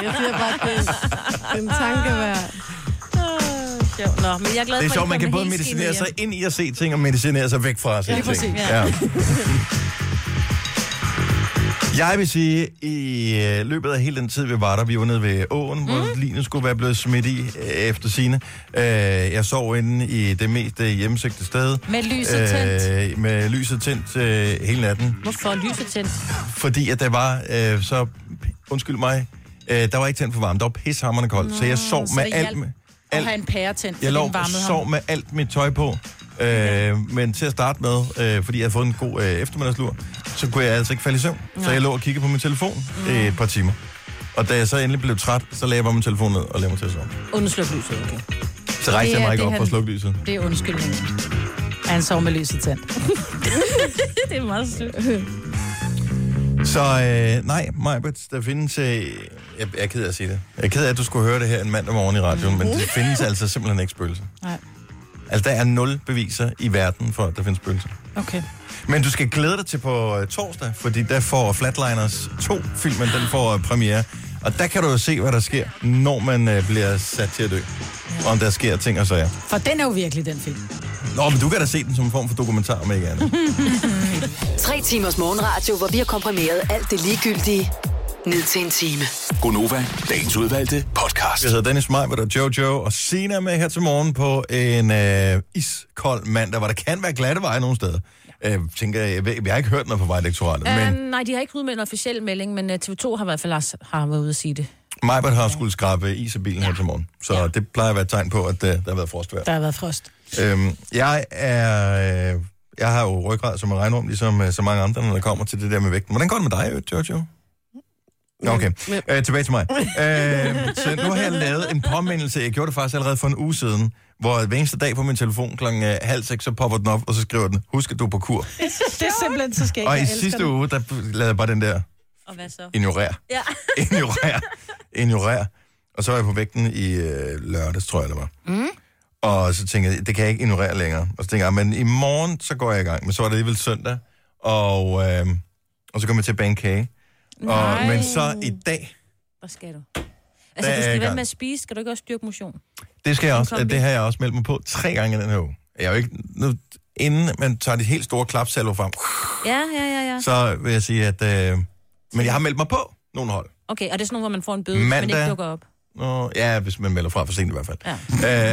Speaker 2: jeg siger bare, at det er en, en tanke værd.
Speaker 3: Åh, sjovt. Nå, men jeg er glad
Speaker 1: Det er
Speaker 3: for,
Speaker 1: sjovt, man kan både medicinere sig ind i at se ting, og medicinere sig væk fra at se
Speaker 4: Ja, lige
Speaker 1: ting.
Speaker 4: præcis,
Speaker 1: Ja. Jeg vil sige, i øh, løbet af hele den tid, vi var der, vi var nede ved åen, mm. hvor Line skulle være blevet smidt i øh, efter sine. Øh, jeg sov inde i det mest øh, hjemmesøgte sted.
Speaker 4: Med lyset tændt.
Speaker 1: Øh, med lyset tændt øh, hele natten.
Speaker 3: Hvorfor lyset tændt?
Speaker 1: Fordi at der var, øh, så undskyld mig, øh, der var ikke tændt for varme. Der var pissehammerende koldt, så jeg sov
Speaker 4: så
Speaker 1: med
Speaker 4: det
Speaker 1: alt...
Speaker 4: hjalp.
Speaker 1: med-
Speaker 4: Og
Speaker 1: alt
Speaker 4: have en pære tændt,
Speaker 1: jeg
Speaker 4: fordi
Speaker 1: lå
Speaker 4: den varmede
Speaker 1: sov
Speaker 4: ham.
Speaker 1: med alt mit tøj på. Øh, men til at starte med, øh, fordi jeg havde fået en god øh, eftermiddagslur, så kunne jeg altså ikke falde i søvn. Så jeg lå og kiggede på min telefon
Speaker 4: Mm.
Speaker 1: i et par timer. Og da jeg så endelig blev træt, så lagde jeg bare min telefon ned og lagde mig til at sove.
Speaker 3: Undersluk lyset, [LAUGHS] okay.
Speaker 1: Så rejste
Speaker 4: Det
Speaker 1: jeg
Speaker 4: er
Speaker 1: mig ikke
Speaker 4: det,
Speaker 1: op for at
Speaker 4: han-
Speaker 1: slukke lyset.
Speaker 4: Det er undskyldningen. At han sov med lyset tændt.
Speaker 3: det er meget sødt.
Speaker 1: Så øh, nej, Majbert, der findes... Øh, jeg, jeg er ked af at sige det. Jeg er ked af, at du skulle høre det her en mandag morgen i radioen,
Speaker 4: Mm.
Speaker 1: men det findes altså simpelthen ikke spøgelser.
Speaker 4: Nej.
Speaker 1: Altså, der er nul beviser i verden for, at der findes spøgelser.
Speaker 4: Okay.
Speaker 1: Men du skal glæde dig til på øh, torsdag, fordi der får Flatliners 2 filmen, den får øh, premiere. Og der kan du jo se, hvad der sker, når man øh, bliver sat til at dø. Og om der sker ting og sager.
Speaker 4: For den er jo virkelig den film.
Speaker 1: Nå, men du kan da se den som en form for dokumentar, om ikke andet.
Speaker 5: Tre timers morgenradio, hvor vi har komprimeret alt det ligegyldige ned til en time.
Speaker 6: Gonova, dagens udvalgte podcast.
Speaker 1: Jeg hedder Dennis Meibert og Jojo og Sina med her til morgen på en øh, iskold mandag, hvor der kan være glatte veje nogle steder. Øh, tænker, jeg, jeg, ved- jeg har ikke hørt noget fra Vejdirektoratet, øh. men
Speaker 3: Um, nej, de har ikke udmeldt en officiel melding, men øh, TV2 har i hvert fald også, har været ude at sige det.
Speaker 1: Meibert har skulle skrabe is af bilen her til morgen. Så det plejer at være et tegn på, at øh, der har været frostvejr.
Speaker 4: Der har været frost.
Speaker 1: Øhm, jeg er... Øh, jeg har jo ryggrad som en regnorm, ligesom øh, så mange andre, når det kommer til det der med vægten. Hvordan går det med dig, i øvrigt, Jojo? Nå, Okay,
Speaker 2: men-
Speaker 1: øh, tilbage til mig. Øh, så nu har jeg lavet en påmindelse. Jeg gjorde det faktisk allerede for en uge siden, hvor hver eneste dag på min telefon klokken øh, halv seks, så popper den op, og så skriver den, husk, at du er på kur.
Speaker 4: Det er simpelthen så skægt.
Speaker 1: Og
Speaker 4: jeg
Speaker 1: i
Speaker 4: elsker
Speaker 1: sidste
Speaker 4: det.
Speaker 1: uge, der lavede jeg bare den der,
Speaker 3: Og hvad så?
Speaker 1: ignorer,
Speaker 3: Ja.
Speaker 1: ignorer, ignorer. Og så var jeg på vægten i øh, lørdags, tror jeg, det var. Mm. Og så tænkte jeg, det kan jeg ikke ignorere længere. Og så tænkte jeg, "Ah, men i morgen, så går jeg i gang. Men så var det alligevel søndag, og, øh, og så kom jeg til at bage en kage. Og, men så i dag,
Speaker 3: Hvad skal du? Altså,
Speaker 1: Der
Speaker 3: du
Speaker 1: er jeg i
Speaker 3: skal være
Speaker 1: gang.
Speaker 3: med at spise. Skal du ikke også styrke motion?
Speaker 1: det, skal jeg også, øh,
Speaker 3: kombi.
Speaker 1: det har jeg også meldt mig på tre gange i den her uge. Jeg er jo ikke, nu, inden man tager de helt store klapsalver frem,
Speaker 3: Ja, ja, ja, ja.
Speaker 1: så vil jeg sige, at... Øh, men jeg har meldt mig på nogle hold.
Speaker 3: Okay, og det er sådan nogle, hvor man får en bøde, men
Speaker 1: Mandag.
Speaker 3: ikke dukker op.
Speaker 1: Nå, ja, hvis man melder fra for sent i hvert fald.
Speaker 4: [LAUGHS]
Speaker 3: Ja.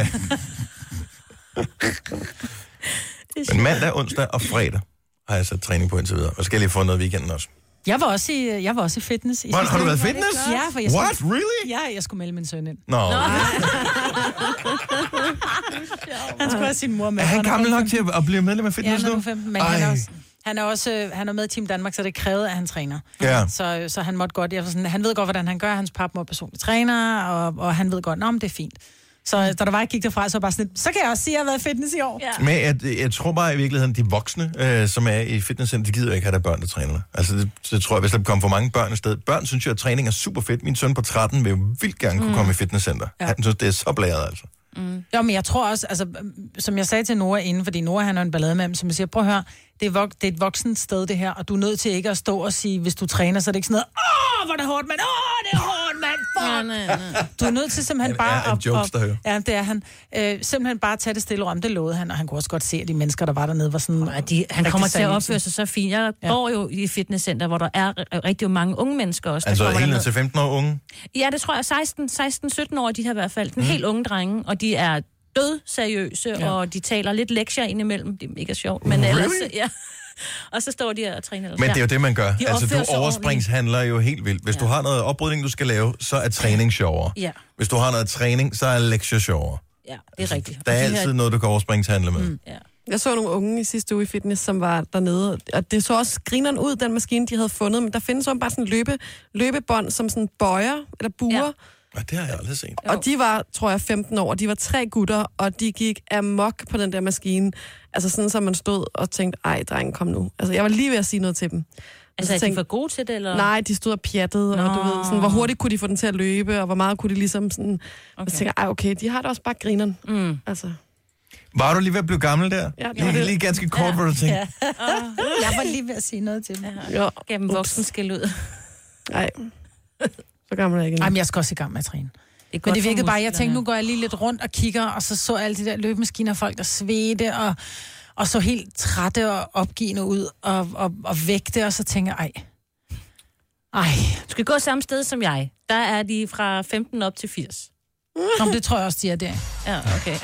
Speaker 1: Øh, men mandag, onsdag og fredag har jeg sat træning på indtil videre. Og skal jeg lige få noget i weekenden også.
Speaker 4: Jeg var også i, jeg var også i fitness. I
Speaker 1: Hvor,
Speaker 4: sidste
Speaker 1: har du
Speaker 4: uge.
Speaker 1: været fitness?
Speaker 4: Ja, for jeg
Speaker 1: What?
Speaker 4: skulle,
Speaker 1: Really?
Speaker 4: ja, jeg skulle melde min søn ind.
Speaker 1: Nå.
Speaker 4: Han skulle have sin mor med.
Speaker 1: Er han
Speaker 4: kun
Speaker 1: gammel nok
Speaker 4: 15.
Speaker 1: til at, at blive medlem af
Speaker 4: Ja,
Speaker 1: fitness
Speaker 4: han er
Speaker 1: nu?
Speaker 4: kun 15, men
Speaker 1: Ej.
Speaker 4: han er også... Han er også øh, han er med i Team Danmark, så det krævede, at han træner.
Speaker 1: Ja.
Speaker 4: Så, så han måtte godt, jeg var sådan, han ved godt, hvordan han gør, hans papmor er personlig træner, og, og han ved godt, nå, men det er fint. Så øh, da der var, jeg gik derfra, så var jeg bare sådan, lidt, så kan jeg også sige, at jeg har været i fitness i år. Ja.
Speaker 1: Men jeg, jeg tror bare i virkeligheden, de voksne, øh, som er i fitnesscenter, de gider ikke have der er børn, der træner. Altså, det, det tror jeg, hvis der kommer for mange børn i stedet. Børn synes jo, at træning er super fedt. Min søn på 13 vil jo vildt gerne
Speaker 4: Mm.
Speaker 1: kunne komme i fitnesscenter. Ja. Han synes, det er så blæret, altså.
Speaker 4: Jo, men jeg tror også, altså, øhm, som jeg sagde til Nora inden, fordi Nora han er en ballademand, som jeg siger, prøv at høre, det er, vok- det er et voksent sted det her, og du er nødt til ikke at stå og sige, hvis du træner, så er det ikke sådan noget, åh, hvor er det hårdt, mand, åh, det er hårdt, mand,
Speaker 3: Nej,
Speaker 4: fuck.
Speaker 3: nej, nej.
Speaker 4: Du er nødt til simpelthen
Speaker 1: Han er
Speaker 4: bare...
Speaker 1: en
Speaker 4: at-
Speaker 1: jokester,
Speaker 4: at-
Speaker 1: jo.
Speaker 4: Ja, det er han. Øh, simpelthen bare at tage det stille rum, det lovede han, og han kunne også godt se, at de mennesker, der var dernede, var sådan...
Speaker 3: Og de, han
Speaker 4: rigtig
Speaker 3: kommer til at
Speaker 4: seriøse.
Speaker 3: opføre sig så fint. Jeg går jo i et fitnesscenter, hvor der er r- rigtig mange unge mennesker også. der
Speaker 1: Altså,
Speaker 3: kommer
Speaker 1: helt ned
Speaker 3: derned.
Speaker 1: til 15 år unge.
Speaker 3: Ja, det tror jeg. 16, 16 17 år, de her i hvert fald. Den mm. helt unge drenge, og de er død seriøse, ja. og de taler lidt lektier indimellem. Det er mega sjovt. Men really? ellers, ja. [LAUGHS] Og så står de her og træner.
Speaker 1: Men det er jo det, man gør.
Speaker 3: De
Speaker 1: altså,
Speaker 3: opfører
Speaker 1: du
Speaker 3: sig
Speaker 1: overspringshandler jo helt vildt. Hvis ja. du har noget oprydning, du skal lave, så er træning sjovere.
Speaker 3: Ja.
Speaker 1: Hvis du har noget træning, så er lektier sjovere.
Speaker 3: Ja, det er rigtigt.
Speaker 1: Der er
Speaker 3: Og de her-
Speaker 1: altid noget, du kan overspringshandle med. Mm.
Speaker 3: Ja.
Speaker 2: Jeg så nogle unge i sidste uge i fitness, som var dernede, og det så også grineren ud, den maskine, de havde fundet, men der findes jo bare sådan en løbe, løbebånd, som sådan bøjer eller buer, ja.
Speaker 3: Ja.
Speaker 1: Og det har jeg aldrig set.
Speaker 2: Og de var, tror jeg, 15 år, og de var tre gutter, og de gik amok på den der maskine. Altså sådan, som man stod og tænkte, ej, dreng, kom nu. Altså, jeg var lige ved at sige noget til dem. Og
Speaker 3: Altså,
Speaker 2: så
Speaker 3: er de for gode til det, eller?
Speaker 2: nej, de stod og pjattede, Nå. og du ved, sådan, hvor hurtigt kunne de få den til at løbe, og hvor meget kunne de ligesom sådan... Okay. Og så tænker jeg, ej, okay, de har da også bare grineren. Mm. Altså,
Speaker 1: Var du lige ved at blive gammel der?
Speaker 2: Ja, det var
Speaker 1: lige,
Speaker 2: det.
Speaker 1: lige ganske kort, ja. hvor du tænkte, ja.
Speaker 4: Jeg var lige ved at sige noget til dem. Ja.
Speaker 2: jo,
Speaker 3: Gav dem voksen skæld ud.
Speaker 2: nej. Så gammel er jeg ikke
Speaker 4: Jamen,
Speaker 2: endnu.
Speaker 4: jeg skal også i gang med at træne.
Speaker 3: Det er
Speaker 4: Men
Speaker 3: godt
Speaker 4: det
Speaker 3: for
Speaker 4: virkede bare, jeg
Speaker 3: musklerne.
Speaker 4: tænkte, nu går jeg lige lidt rundt og kigger, og så så jeg alle de der løbemaskiner, folk der svedte, og, og så helt trætte og opgivende ud, og, og, og vægte, og så tænker jeg, ej, ej,
Speaker 3: Du skal gå samme sted som jeg. Der er de fra 15 op til 80.
Speaker 4: Nå, men det tror jeg også, de er der.
Speaker 3: Ja, okay.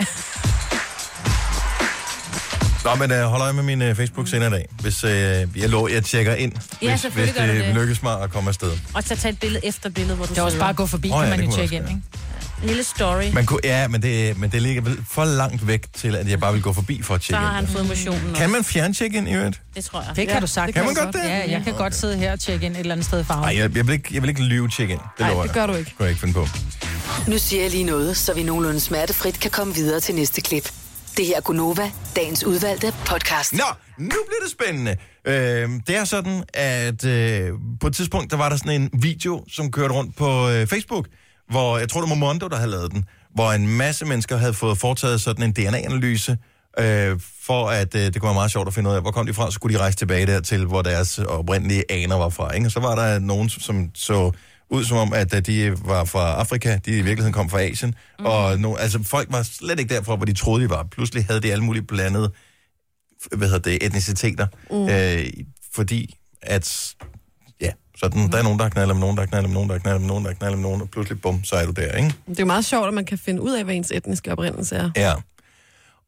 Speaker 1: Nå, men uh, hold øje med min uh, Facebook senere i dag. Hvis uh, jeg lå, jeg tjekker ind,
Speaker 3: Mm. Ja,
Speaker 1: hvis, hvis
Speaker 3: selvfølgelig gør du
Speaker 1: det
Speaker 3: det.
Speaker 1: lykkes mig at komme afsted.
Speaker 3: Og så tag et billede efter billede, hvor du
Speaker 4: Det er også bare at gå forbi,
Speaker 1: Åh, ja,
Speaker 4: oh, ja,
Speaker 1: det
Speaker 4: kan man jo
Speaker 1: kunne
Speaker 4: tjekke
Speaker 1: man
Speaker 4: ind,
Speaker 1: også
Speaker 4: ikke?
Speaker 3: en lille story.
Speaker 1: Man kunne, ja, men det, men det ligger vel for langt væk til, at jeg bare vil gå forbi for at
Speaker 3: Så
Speaker 1: tjekke
Speaker 3: har han
Speaker 1: ind.
Speaker 3: fået motionen
Speaker 1: Kan
Speaker 3: også.
Speaker 1: man fjerne check-in i øvrigt?
Speaker 3: Det tror jeg.
Speaker 4: Det kan du sagtens.
Speaker 1: Kan man godt det?
Speaker 4: Ja, jeg kan godt sidde her og tjekke ind et eller andet sted i farven.
Speaker 1: Nej, jeg, jeg, vil ikke, jeg vil ikke lyve check-in. Det
Speaker 2: Nej,
Speaker 1: lover
Speaker 2: det
Speaker 1: jeg.
Speaker 2: gør du ikke.
Speaker 1: Det kunne jeg ikke finde på.
Speaker 5: Nu siger jeg lige noget, så vi nogenlunde smertefrit kan komme videre til næste klip. Det her er Gunova, dagens udvalgte podcast.
Speaker 1: Nå, nu bliver det spændende. Øh, det er sådan, at øh, på et tidspunkt, der var der sådan en video, som kørte rundt på øh, Facebook, hvor, jeg tror det var Mondo, der havde lavet den, hvor en masse mennesker havde fået foretaget sådan en DNA-analyse, øh, for at øh, det kunne være meget sjovt at finde ud af, hvor kom de fra, så skulle de rejse tilbage dertil, hvor deres oprindelige aner var fra. Ikke? Og så var der nogen, som så ud som om, at øh, de var fra Afrika, de i virkeligheden kom fra Asien, mm. og no, altså, folk var slet ikke derfra, hvor de troede, de var. Pludselig havde de alle mulige blandede hvad hedder det, etniciteter, mm. øh, fordi at, ja, sådan, mm. der er nogen, der knaller med nogen, der knaller med nogen, der knaller med nogen, der knaller med nogen, og pludselig, bum, så er du der, ikke?
Speaker 2: Det er jo meget sjovt, at man kan finde ud af, hvad ens etniske oprindelse er.
Speaker 1: Ja.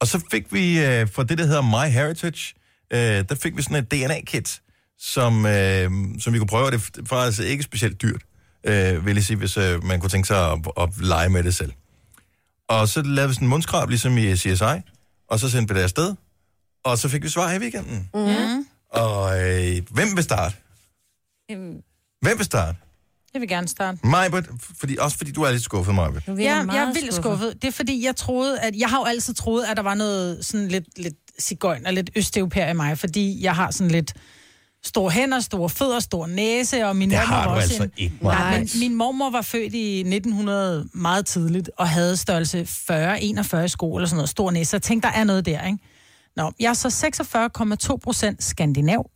Speaker 1: Og så fik vi, øh, for det, der hedder My Heritage, øh, der fik vi sådan et DNA-kit, som, øh, som vi kunne prøve, og det er faktisk ikke specielt dyrt, øh, vil jeg sige, hvis øh, man kunne tænke sig at, at lege med det selv. Og så lavede vi sådan en mundskrab, ligesom i CSI, og så sendte vi det afsted, og så fik vi svar her i weekenden. Mm. Og øh, hvem vil starte?
Speaker 3: Øhm,
Speaker 1: Hvem vil starte?
Speaker 4: Jeg vil gerne starte.
Speaker 1: Majbert, fordi, også fordi du er lidt skuffet, Majbert.
Speaker 3: nu er vi
Speaker 4: Ja,
Speaker 3: meget
Speaker 4: jeg er vildt skuffet. Det er fordi, jeg troede, at... Jeg har jo altid troet, at der var noget sådan lidt, lidt cigøjn og lidt østeuropæer i mig, fordi jeg har sådan lidt store hænder, store fødder, stor næse, og min
Speaker 1: Det
Speaker 4: mormor
Speaker 1: har
Speaker 4: var
Speaker 1: du
Speaker 4: også
Speaker 1: altså
Speaker 4: en...
Speaker 1: ikke,
Speaker 4: Nej,
Speaker 1: Majbert.
Speaker 4: men min mormor var født i 1900 meget tidligt, og havde størrelse 40-41 i sko, eller sådan noget, stor næse. Så jeg tænkte, der er noget der, ikke? Nå, jeg er så 46,2 procent skandinav,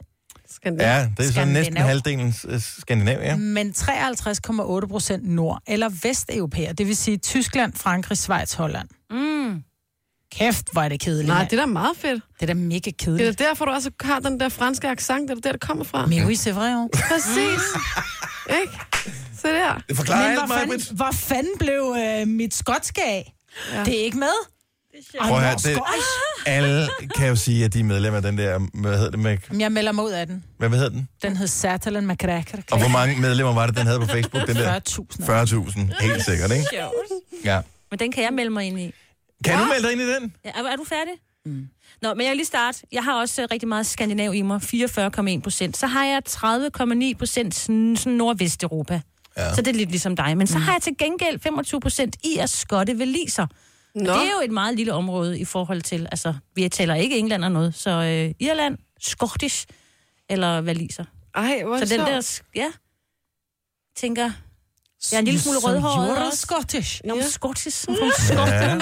Speaker 2: Skandinav.
Speaker 1: Ja, det er så næsten
Speaker 4: Skandinav.
Speaker 1: halvdelen øh, Skandinavien. Mm.
Speaker 4: men 53,8 procent nord- eller vesteuropæer, det vil sige Tyskland, Frankrig, Schweiz, Holland. Mm. Kæft, hvor er det kedeligt.
Speaker 2: Nej,
Speaker 4: mand.
Speaker 2: det er da meget fedt.
Speaker 4: Det er da mega
Speaker 2: Det er
Speaker 4: kedeligt.
Speaker 2: da derfor, du også har den der franske accent. Det er da der, det kommer fra.
Speaker 4: Men oui, c'est vrai,
Speaker 1: [LAUGHS]
Speaker 4: jo.
Speaker 2: Præcis. Ikke? Se der.
Speaker 1: Det forklarer
Speaker 4: Men
Speaker 1: alt,
Speaker 4: hvor
Speaker 1: Majbert.
Speaker 4: fanden, hvor fanden blev øh, mit skotsk af? Ja. Det er ikke med. Ej,
Speaker 1: Prøv at
Speaker 4: hvor
Speaker 1: høre, det-
Speaker 4: skotsk.
Speaker 1: Alle kan jo sige, at de er medlem af den der, hvad hedder det, med,
Speaker 4: Jamen, Jeg melder mig ud af den.
Speaker 1: hvad hedder den?
Speaker 4: Den hed Satalan McCracker.
Speaker 1: Og hvor mange medlemmer var det, den havde på Facebook, den der?
Speaker 4: 40.000.
Speaker 1: 40.000, helt sikkert, ikke? Ja.
Speaker 3: Men den kan jeg melde mig ind i.
Speaker 1: Kan du melde dig ind i den?
Speaker 3: Ja, er, er du færdig? Mm. Nå, men jeg vil lige starte. Jeg har også øh, rigtig meget skandinav i mig, 44,1 procent. Så har jeg 30,9 procent sådan sådan nordvesteuropa. Ja. Så det er lidt ligesom dig. Men så har jeg til gengæld 25 procent i at skotte veliser.
Speaker 2: Nå.
Speaker 3: Det er jo et meget lille område i forhold til, altså, vi taler ikke England og noget, så øh, Irland, Scottish eller valiser.
Speaker 2: Ej, hvor er
Speaker 3: Så
Speaker 2: det
Speaker 3: den
Speaker 2: sjovt.
Speaker 3: der, sk- ja, tænker, jeg er en lille smule rødhåret også.
Speaker 4: Scottish.
Speaker 3: Nå, yeah. Scottish, from Scotland,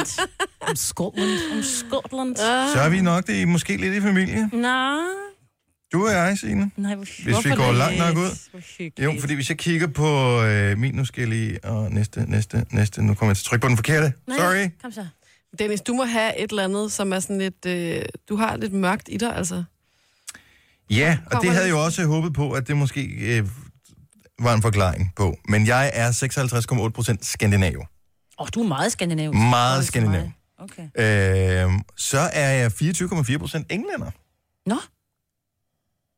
Speaker 4: Scotland.
Speaker 3: from Scotland.
Speaker 1: Så er vi nok det, måske lidt i familie.
Speaker 3: Nå,
Speaker 1: Du og jeg, Signe.
Speaker 3: Nej, hvor
Speaker 1: vi
Speaker 3: hvorfor
Speaker 1: går
Speaker 3: det?
Speaker 1: langt nok ud.
Speaker 3: Hvor hyggeligt.
Speaker 1: Jo, fordi hvis jeg kigger på øh, min, nu skal jeg lige, og næste, næste, næste, nu kommer jeg til at trykke på den forkerte.
Speaker 3: Nej,
Speaker 1: Sorry.
Speaker 3: Kom så.
Speaker 2: Dennis, du må have et eller andet, som er sådan lidt... Øh, du har lidt mørkt i dig, altså.
Speaker 1: Ja, og
Speaker 2: Kommer
Speaker 1: det havde jeg
Speaker 2: lidt.
Speaker 1: jo også håbet på, at det måske øh, var en forklaring på. Men jeg er 56,8% skandinav.
Speaker 3: Åh, oh, du er meget skandinav.
Speaker 1: Meget
Speaker 3: Højst
Speaker 1: skandinav.
Speaker 3: meget. Okay.
Speaker 1: Øh, så er jeg 24,4% englænder.
Speaker 3: Nå.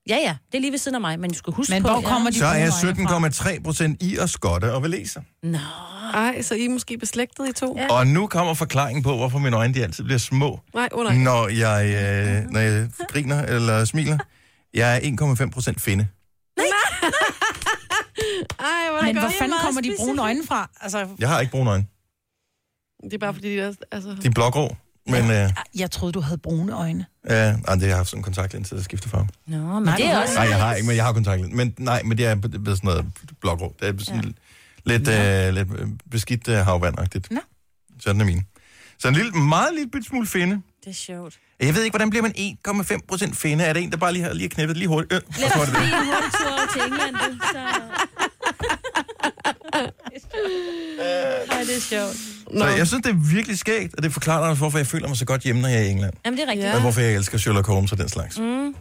Speaker 3: Ja, ja, det er lige ved siden af mig, men du skal huske
Speaker 4: Men
Speaker 3: på...
Speaker 4: hvor
Speaker 3: ja.
Speaker 4: kommer de
Speaker 1: Så er jeg
Speaker 4: gode veje fra?
Speaker 1: 17,3% i og skotte og veleser.
Speaker 3: Nå,
Speaker 2: Ej, så I er måske beslægtet i to? Ja.
Speaker 1: Og nu kommer forklaringen på, hvorfor mine øjne de altid bliver små,
Speaker 2: Nej, oh, nej.
Speaker 1: når jeg, øh, når jeg griner eller smiler. Jeg er 1,5% finde.
Speaker 2: Ej, hvor er det
Speaker 4: Men hvor
Speaker 2: godt.
Speaker 4: fanden kommer de brune øjne fra? Altså,
Speaker 1: Jeg har ikke brune øjne.
Speaker 2: Det er bare fordi, de er... Altså,
Speaker 1: De er blågrå. Men øh,
Speaker 4: jeg troede, du havde brune øjne.
Speaker 1: øh, ej, det har jeg haft sådan en kontaktlinse, der skifter farve.
Speaker 3: Nå men
Speaker 4: Nej,
Speaker 3: nej,
Speaker 4: du
Speaker 3: det er
Speaker 4: har
Speaker 3: også...
Speaker 1: Nej, jeg har ikke, men jeg har kontaktlinser. Men nej, men det er blevet sådan noget blågrå. Det er sådan ja. lidt, øh, lidt øh, beskidt øh, havvandagtigt.
Speaker 4: Nå.
Speaker 1: Sådan er mine. Så en lille, meget lille bitte smule finde.
Speaker 3: Det er sjovt.
Speaker 1: Jeg ved ikke, hvordan bliver man 1,5 procent finde? Er det en, der bare lige har, lige har knippet lige hurtigt? Øh, og så var det
Speaker 3: Det
Speaker 1: det.
Speaker 3: er en hurtig tur til England, du, så... Ej, det er sjovt.
Speaker 1: Så
Speaker 2: Nå.
Speaker 1: jeg synes, det er virkelig skægt, og det forklarer også, hvorfor jeg føler mig så godt hjemme, når jeg er i England.
Speaker 3: Jamen, det er rigtigt.
Speaker 1: Og
Speaker 2: Ja.
Speaker 1: hvorfor jeg elsker Sherlock Holmes og den slags. Mm.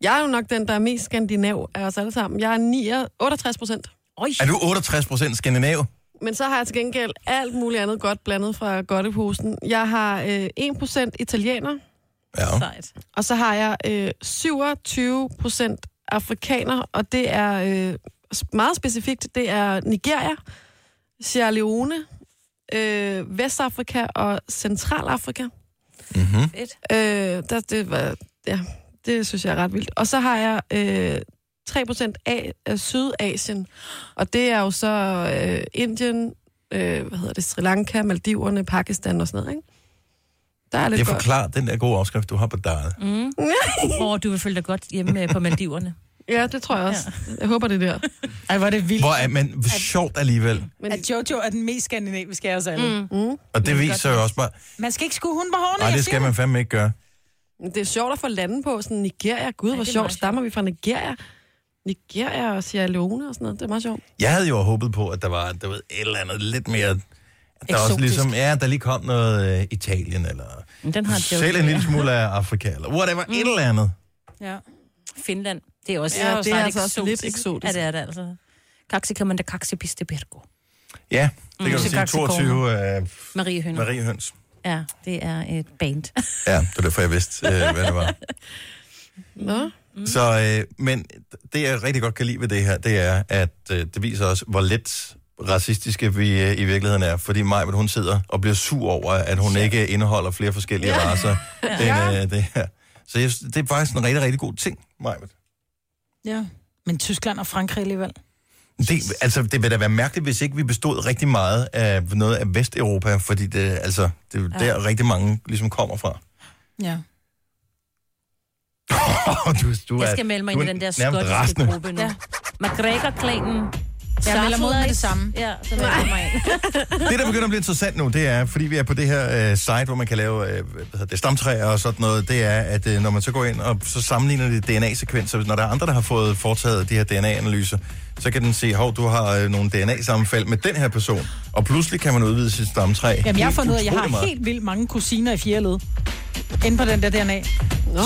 Speaker 2: Jeg er jo nok den, der er mest skandinav af os alle sammen. Jeg er 9, 68 procent.
Speaker 3: Oj,
Speaker 1: Er du 68 procent skandinav?
Speaker 2: Men så har jeg til gengæld alt muligt andet godt blandet fra godteposen. Jeg har øh, 1 procent italiener,
Speaker 1: Ja.
Speaker 3: sejt.
Speaker 2: og så har jeg øh, 27 procent afrikaner, og det er øh, s- meget specifikt. Det er Nigeria, Sierra Leone, øh, Vestafrika og Centralafrika.
Speaker 3: Fedt.
Speaker 2: Øh, der, det, var, ja, det synes jeg er ret vildt. Og så har jeg øh, 3% af, af Sydasien, og det er jo så øh, Indien, øh, hvad hedder det, Sri Lanka, Maldiverne, Pakistan og sådan noget, ikke? Der er
Speaker 1: Det
Speaker 2: lidt godt.
Speaker 1: forklarer den der gode overskrift, du har på dig. Mm.
Speaker 3: Hvor du vil føle dig godt hjemme øh, på Maldiverne.
Speaker 2: Ja, det tror jeg også. Jeg håber, det er der.
Speaker 4: Ej, hvor er det vildt.
Speaker 1: Hvor er, men sjovt alligevel.
Speaker 2: Men
Speaker 4: At Jojo er den mest skandinaviske af os alle. Mm.
Speaker 1: Og det viser jo også bare,
Speaker 4: Man skal ikke skue hunden på hårene,
Speaker 1: nej,
Speaker 4: jeg
Speaker 1: det
Speaker 4: siger
Speaker 1: skal man fandme ikke gøre.
Speaker 2: det er sjovt at få lande på, sådan Nigeria. Gud, hvor
Speaker 3: det er
Speaker 2: sjovt.
Speaker 3: meget
Speaker 2: Stammer vi fra Nigeria? Nigeria og Sierra Leone og sådan noget. Det er meget sjovt.
Speaker 1: Jeg havde jo håbet på, at der var du ved, et eller andet lidt mere... at Der også
Speaker 4: Eksotisk.
Speaker 1: ligesom, ja, der lige kom noget øh, Italien, eller
Speaker 3: Men Den Mm. har et joke.
Speaker 1: selv en lille smule af Afrika, eller whatever, mm. et eller andet.
Speaker 4: Ja.
Speaker 3: Finland. Det er også,
Speaker 2: Ja, det er
Speaker 3: ret
Speaker 2: altså også lidt eksotisk.
Speaker 3: Ja, det er det altså. Kaksi kan man da kaksi piste bergo.
Speaker 1: Ja, det kan du sige.
Speaker 3: Kaksikone.
Speaker 1: 22 øh,
Speaker 3: Marie Hønner.
Speaker 1: Marie Høns.
Speaker 3: Ja, det er et band.
Speaker 1: Ja, det var derfor, jeg vidste, øh, hvad det [LAUGHS] var.
Speaker 2: Nå,
Speaker 1: Så, øh, men det, jeg rigtig godt kan lide ved det her, det er, at øh, det viser os, hvor let racistiske vi øh, i virkeligheden er. Fordi Majbert, hun sidder og bliver sur over, at hun ikke indeholder flere forskellige ja. raser. End, øh, det her. Så jeg, synes, det er faktisk en rigtig, rigtig god ting, Majbert.
Speaker 4: ja. Men Tyskland og Frankrig alligevel.
Speaker 1: Det, altså, det vil da være mærkeligt, hvis ikke vi bestod rigtig meget af noget af Vesteuropa, fordi det, altså, det er jo der, rigtig mange ligesom kommer fra.
Speaker 4: Ja.
Speaker 1: du, du
Speaker 3: Jeg skal melde mig
Speaker 1: du
Speaker 3: ind
Speaker 1: er
Speaker 3: i den der
Speaker 1: nærmest
Speaker 3: skotske
Speaker 1: rasende.
Speaker 3: gruppe nu. Ja. McGregor-klanen.
Speaker 4: Jeg melder mig ud med det samme.
Speaker 3: Ja, så melder jeg mig ind.
Speaker 1: Det, der begynder at blive interessant nu, det er, fordi vi er på det her øh, site, hvor man kan lave øh, hvad hedder det, stamtræer og sådan noget, det er, at øh, når man så går ind og så sammenligner de DNA-sekvenser, når der er andre, der har fået foretaget de her DNA-analyser, så kan den se, hov, du har øh, nogle DNA-sammenfald med den her person, og pludselig kan man udvide sit stamtræ.
Speaker 4: Jamen, jeg har
Speaker 1: Helt
Speaker 4: fundet ud af, at jeg
Speaker 1: utrolig
Speaker 4: har
Speaker 1: meget.
Speaker 4: helt vildt mange kusiner i fjerde led. Inde på den der DNA.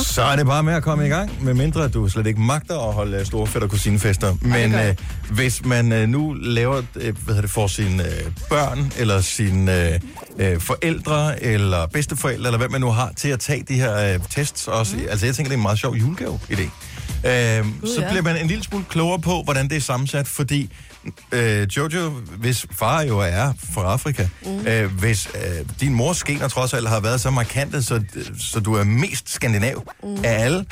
Speaker 1: Så er det bare med at komme i gang, medmindre du slet ikke magter at holde øh, store fætter og kusinefester. Men
Speaker 4: gør
Speaker 1: øh,
Speaker 4: jeg.
Speaker 1: hvis man øh, nu laver, øh, hvad hedder det, for sine øh, børn, eller sine øh, øh, forældre, eller bedsteforældre, eller hvem man nu har, til at tage de her øh, tests også. Mm. Altså jeg tænker, det er en meget sjov julegave-idé. Øh, så
Speaker 2: ja.
Speaker 1: bliver man en lille smule klogere på, hvordan det er sammensat, fordi øh, Jojo, hvis far jo er fra Afrika, mm. øh, hvis øh, din mors gener trods alt har været så markante, så, så du er mest skandinav mm. af alle,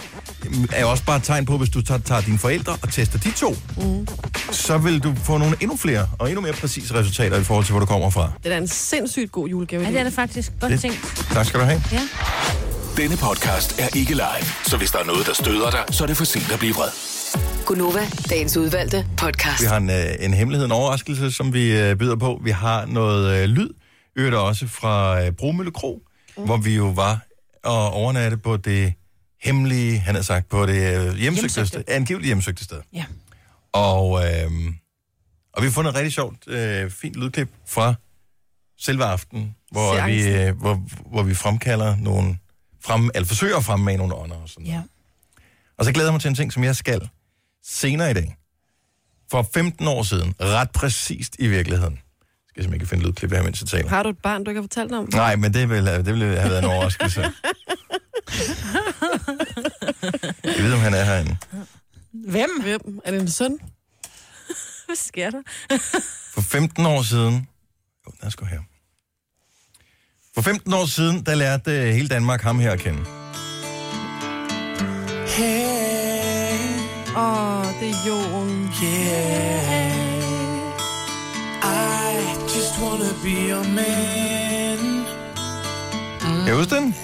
Speaker 1: er også bare et tegn på, hvis du tager, tager dine forældre og tester de to, mm. så vil du få nogle endnu flere og endnu mere præcise resultater i forhold til, hvor du kommer fra.
Speaker 2: det er da en sindssygt god julegave.
Speaker 3: Ja, det er det faktisk. Godt
Speaker 1: Det-
Speaker 3: tænkt.
Speaker 1: Tak skal du have.
Speaker 3: Ja.
Speaker 6: Denne podcast er ikke live, så hvis der er noget, der støder dig, så er det for sent at blive vred.
Speaker 5: Gunova, dagens udvalgte podcast.
Speaker 1: Vi har en, øh, en hemmelighed, en overraskelse, som vi øh, byder på. Vi har noget øh, lyd, øvrigt også fra øh, Bromølle Kro, mm. hvor vi jo var og overnatte på det hemmelige, han har sagt, på det øh, hjemsøgte,
Speaker 4: Hjemsøgte.
Speaker 1: sted, angiveligt hjemsøgte sted.
Speaker 4: Ja.
Speaker 1: Og, øh, og vi har fundet et rigtig sjovt, øh, fint lydklip fra selve aftenen, hvor vi,
Speaker 2: Seancen.
Speaker 1: øh, hvor, hvor vi fremkalder nogle, frem, eller forsøger at fremmane nogle ånder og sådan noget.
Speaker 4: Ja.
Speaker 1: Og så glæder jeg mig til en ting, som jeg skal senere i dag. For 15 år siden, ret præcist i virkeligheden. Skal jeg simpelthen ikke finde lydklip her, mens jeg taler.
Speaker 2: Har du et barn, du ikke har fortalt om?
Speaker 1: Nej, men det ville, det ville have været en overraskelse. Jeg ved, om han er herinde.
Speaker 4: Hvem?
Speaker 2: Hvem? Er det en søn?
Speaker 3: Hvad sker der?
Speaker 1: For 15 år siden... Jo, den er sgu her. For 15 år siden, der lærte øh, hele Danmark ham her at kende.
Speaker 2: Åh, oh, det er Jon.
Speaker 1: Kan jeg huske den?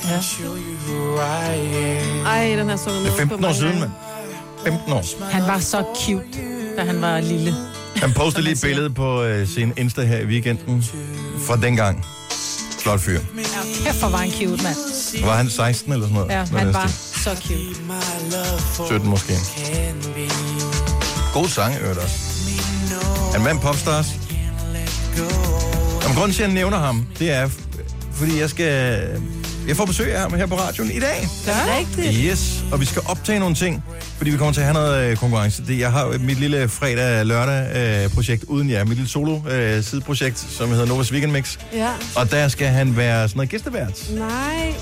Speaker 2: Ej, den her sunget
Speaker 1: Det er
Speaker 2: med på
Speaker 1: 15 år
Speaker 2: mange
Speaker 1: siden,
Speaker 2: gange.
Speaker 1: mand. 15 år.
Speaker 4: Han var så cute, da han var lille.
Speaker 1: Han postede lige et billede på øh, sin Insta her i weekenden fra dengang. Flot fyr.
Speaker 4: Kæft, hvor var han cute, mand.
Speaker 1: Var han 16 eller sådan noget?
Speaker 4: Ja,
Speaker 1: Noget
Speaker 4: han
Speaker 1: af den
Speaker 4: var
Speaker 1: stil.
Speaker 4: så cute.
Speaker 1: 17 måske. God sang, øvrigt også. Han vandt Popstars. Om grunden til, at jeg nævner ham, det er, f- fordi jeg skal... Jeg får besøg af ham her på radioen i dag.
Speaker 2: Rigtigt.
Speaker 1: Yes, og vi skal optage nogle ting, fordi vi kommer til at have noget øh, konkurrence. Det, jeg har jo mit lille fredag-lørdag-projekt øh, uden jer, mit lille solo-sideprojekt, som hedder Novas Weekend Mix.
Speaker 2: Ja.
Speaker 1: Og der skal han være sådan noget gæstevært.
Speaker 2: Nej.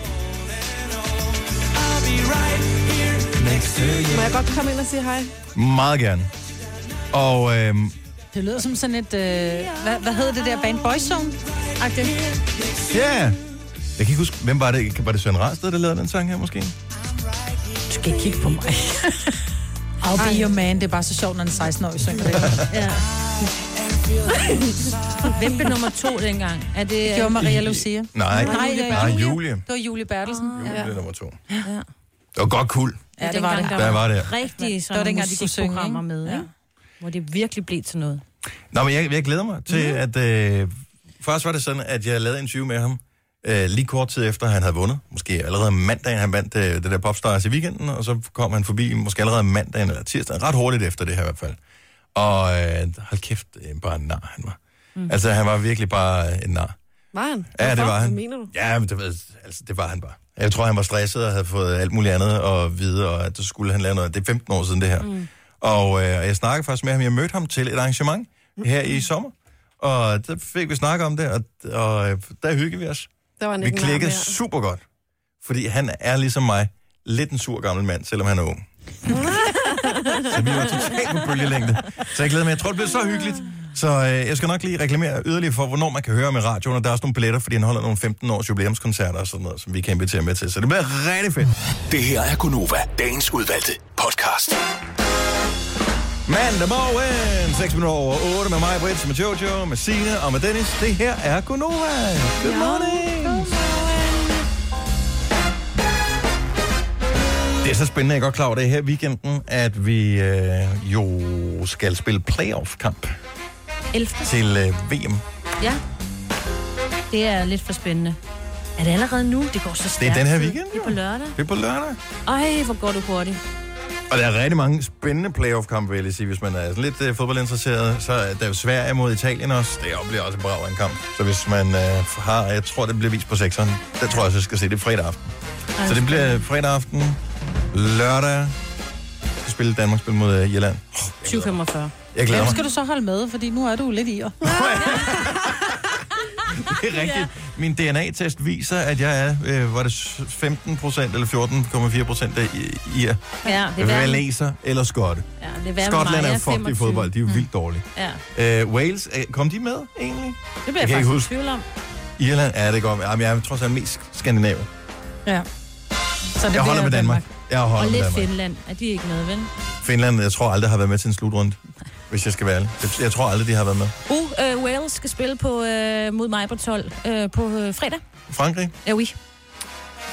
Speaker 2: Må jeg godt komme ind og sige hej?
Speaker 1: Meget gerne. Og øhm,
Speaker 4: Det lyder som sådan et... Øh, hvad, hvad hed det der band? Boyzone? Agtigt.
Speaker 1: ja, yeah. jeg kan ikke huske, hvem var det? Var det Søren Rarsted, der lavede den sang her måske?
Speaker 4: Du skal ikke kigge på mig. I'll be your man. Det er bare så sjovt, når en 16-årig synger det.
Speaker 3: Ja. Hvem blev nummer to dengang? Er det... øh,
Speaker 4: Det var Maria Lucia.
Speaker 1: Nej,
Speaker 4: Nej, ja,
Speaker 1: nej, Ah, Julie.
Speaker 4: Det Ah. var Julie Bertelsen.
Speaker 1: Julie er nummer to. Det var godt kul.
Speaker 4: Ja, det var det.
Speaker 1: Der var det.
Speaker 3: Rigtige
Speaker 4: Det var
Speaker 3: sådan
Speaker 4: dengang, de kunne synge,
Speaker 3: musikprogrammer
Speaker 4: ikke?
Speaker 3: med,
Speaker 4: Ja.
Speaker 3: ikke? Hvor det virkelig blev til noget.
Speaker 1: Nå, men jeg, jeg glæder mig til, mm. at... Øh, først var det sådan, at jeg lavede en interview med ham, øh, lige kort tid efter, han havde vundet. Måske allerede mandagen, han vandt øh, det der Popstars i weekenden, og så kom han forbi, måske allerede mandagen eller tirsdagen, ret hurtigt efter det her i hvert fald. Og øh, hold kæft, øh, bare en nar han var. Mm. Altså, han var virkelig bare øh, en nar.
Speaker 2: Var han?
Speaker 1: Ja, det
Speaker 2: Hvorfor?
Speaker 1: var han.
Speaker 2: Hvad mener du?
Speaker 1: Ja, men det, var, altså, det var han bare. Jeg tror, han var stresset og havde fået alt muligt andet at vide, og at så skulle han lave noget. Det er 15 år siden, det her. Mm. Og øh, og jeg snakkede faktisk med ham. Jeg mødte ham til et arrangement her i sommer, og der fik vi snakket om det, og, og øh, der hyggede vi os.
Speaker 2: Der var han
Speaker 1: Vi
Speaker 2: ikke en arm
Speaker 1: klikkede
Speaker 2: mere.
Speaker 1: super godt, fordi han er ligesom mig lidt en sur gammel mand, selvom han er ung. så vi var totalt på bølgelængde. Så jeg glæder mig. Jeg tror, det bliver så hyggeligt. Så øh, jeg skal nok lige reklamere yderligere for, hvornår man kan høre med radioen, og der er også nogle billetter, fordi han holder nogle 15-års jubilæumskoncerter og sådan noget, som vi kan invitere med til. Så det bliver rigtig fedt.
Speaker 6: Det her er Gunova, dagens udvalgte podcast.
Speaker 1: Mandag morgen, 6 minutter over 8 med mig, Brits, med Jojo, med Signe og med Dennis. Det her er Gunova. Good morning. Det er så spændende, jeg er godt klar over det er her i weekenden, at vi øh, jo skal spille playoff-kamp
Speaker 3: 11.
Speaker 1: til øh, VM.
Speaker 3: Ja. Det er lidt for spændende. Er det allerede nu? Det går så stærkt.
Speaker 1: Det er den her weekend,
Speaker 3: Det er på lørdag.
Speaker 1: Det er på lørdag.
Speaker 3: Ej, hvor går du hurtigt.
Speaker 1: Og der er rigtig mange spændende playoff-kampe, vil jeg lige sige, hvis man er sådan lidt øh, fodboldinteresseret. Så er der jo Sverige mod Italien også. Det bliver også en brav af en kamp. Så hvis man øh, har, jeg tror, det bliver vist på sekseren. Der tror jeg, så skal se det fredag aften. Så det bliver fredag aften, lørdag. Skal spille Danmark spille mod øh, Irland. Åh, jeg glæder mig.
Speaker 3: 2045.
Speaker 1: Jeg glæder
Speaker 4: Hvem
Speaker 1: mig.
Speaker 4: skal du så holde med? Fordi nu er du lidt i år.
Speaker 1: [LAUGHS] Det er rigtigt. Min DNA-test viser, at jeg er, øh, var det 15 procent eller 14,4 procent af ir.
Speaker 3: Ja, det er værre.
Speaker 1: Valæser eller skotte.
Speaker 3: Ja, det er værre
Speaker 1: Skotland
Speaker 3: med mig. Jeg
Speaker 1: er fucked i
Speaker 3: 25.
Speaker 1: fodbold. De er jo vildt dårlige.
Speaker 3: Ja,
Speaker 1: Øh, Wales, øh, kom de med egentlig?
Speaker 3: det bliver
Speaker 1: Jeg
Speaker 3: jeg,
Speaker 1: kan ikke
Speaker 3: faktisk i
Speaker 1: huske.
Speaker 3: tvivl om.
Speaker 1: Irland er det godt. Jamen, jeg er trods alt mest skandinav.
Speaker 4: Ja. Så det
Speaker 1: Jeg holder
Speaker 4: bliver
Speaker 1: med Danmark. Jeg
Speaker 3: Og
Speaker 1: holder med
Speaker 3: lidt
Speaker 1: Danmark.
Speaker 3: Finland. Er de ikke med, vel?
Speaker 1: Finland, jeg tror aldrig har været med til en slutrunde, hvis jeg skal være ærlig. Jeg- Jeg tror aldrig, de har været med.
Speaker 3: Uh, øh, Wales skal spille på, øh, mod mig på 12 øh, på øh, fredag.
Speaker 1: Frankrig,
Speaker 3: Ja, oui.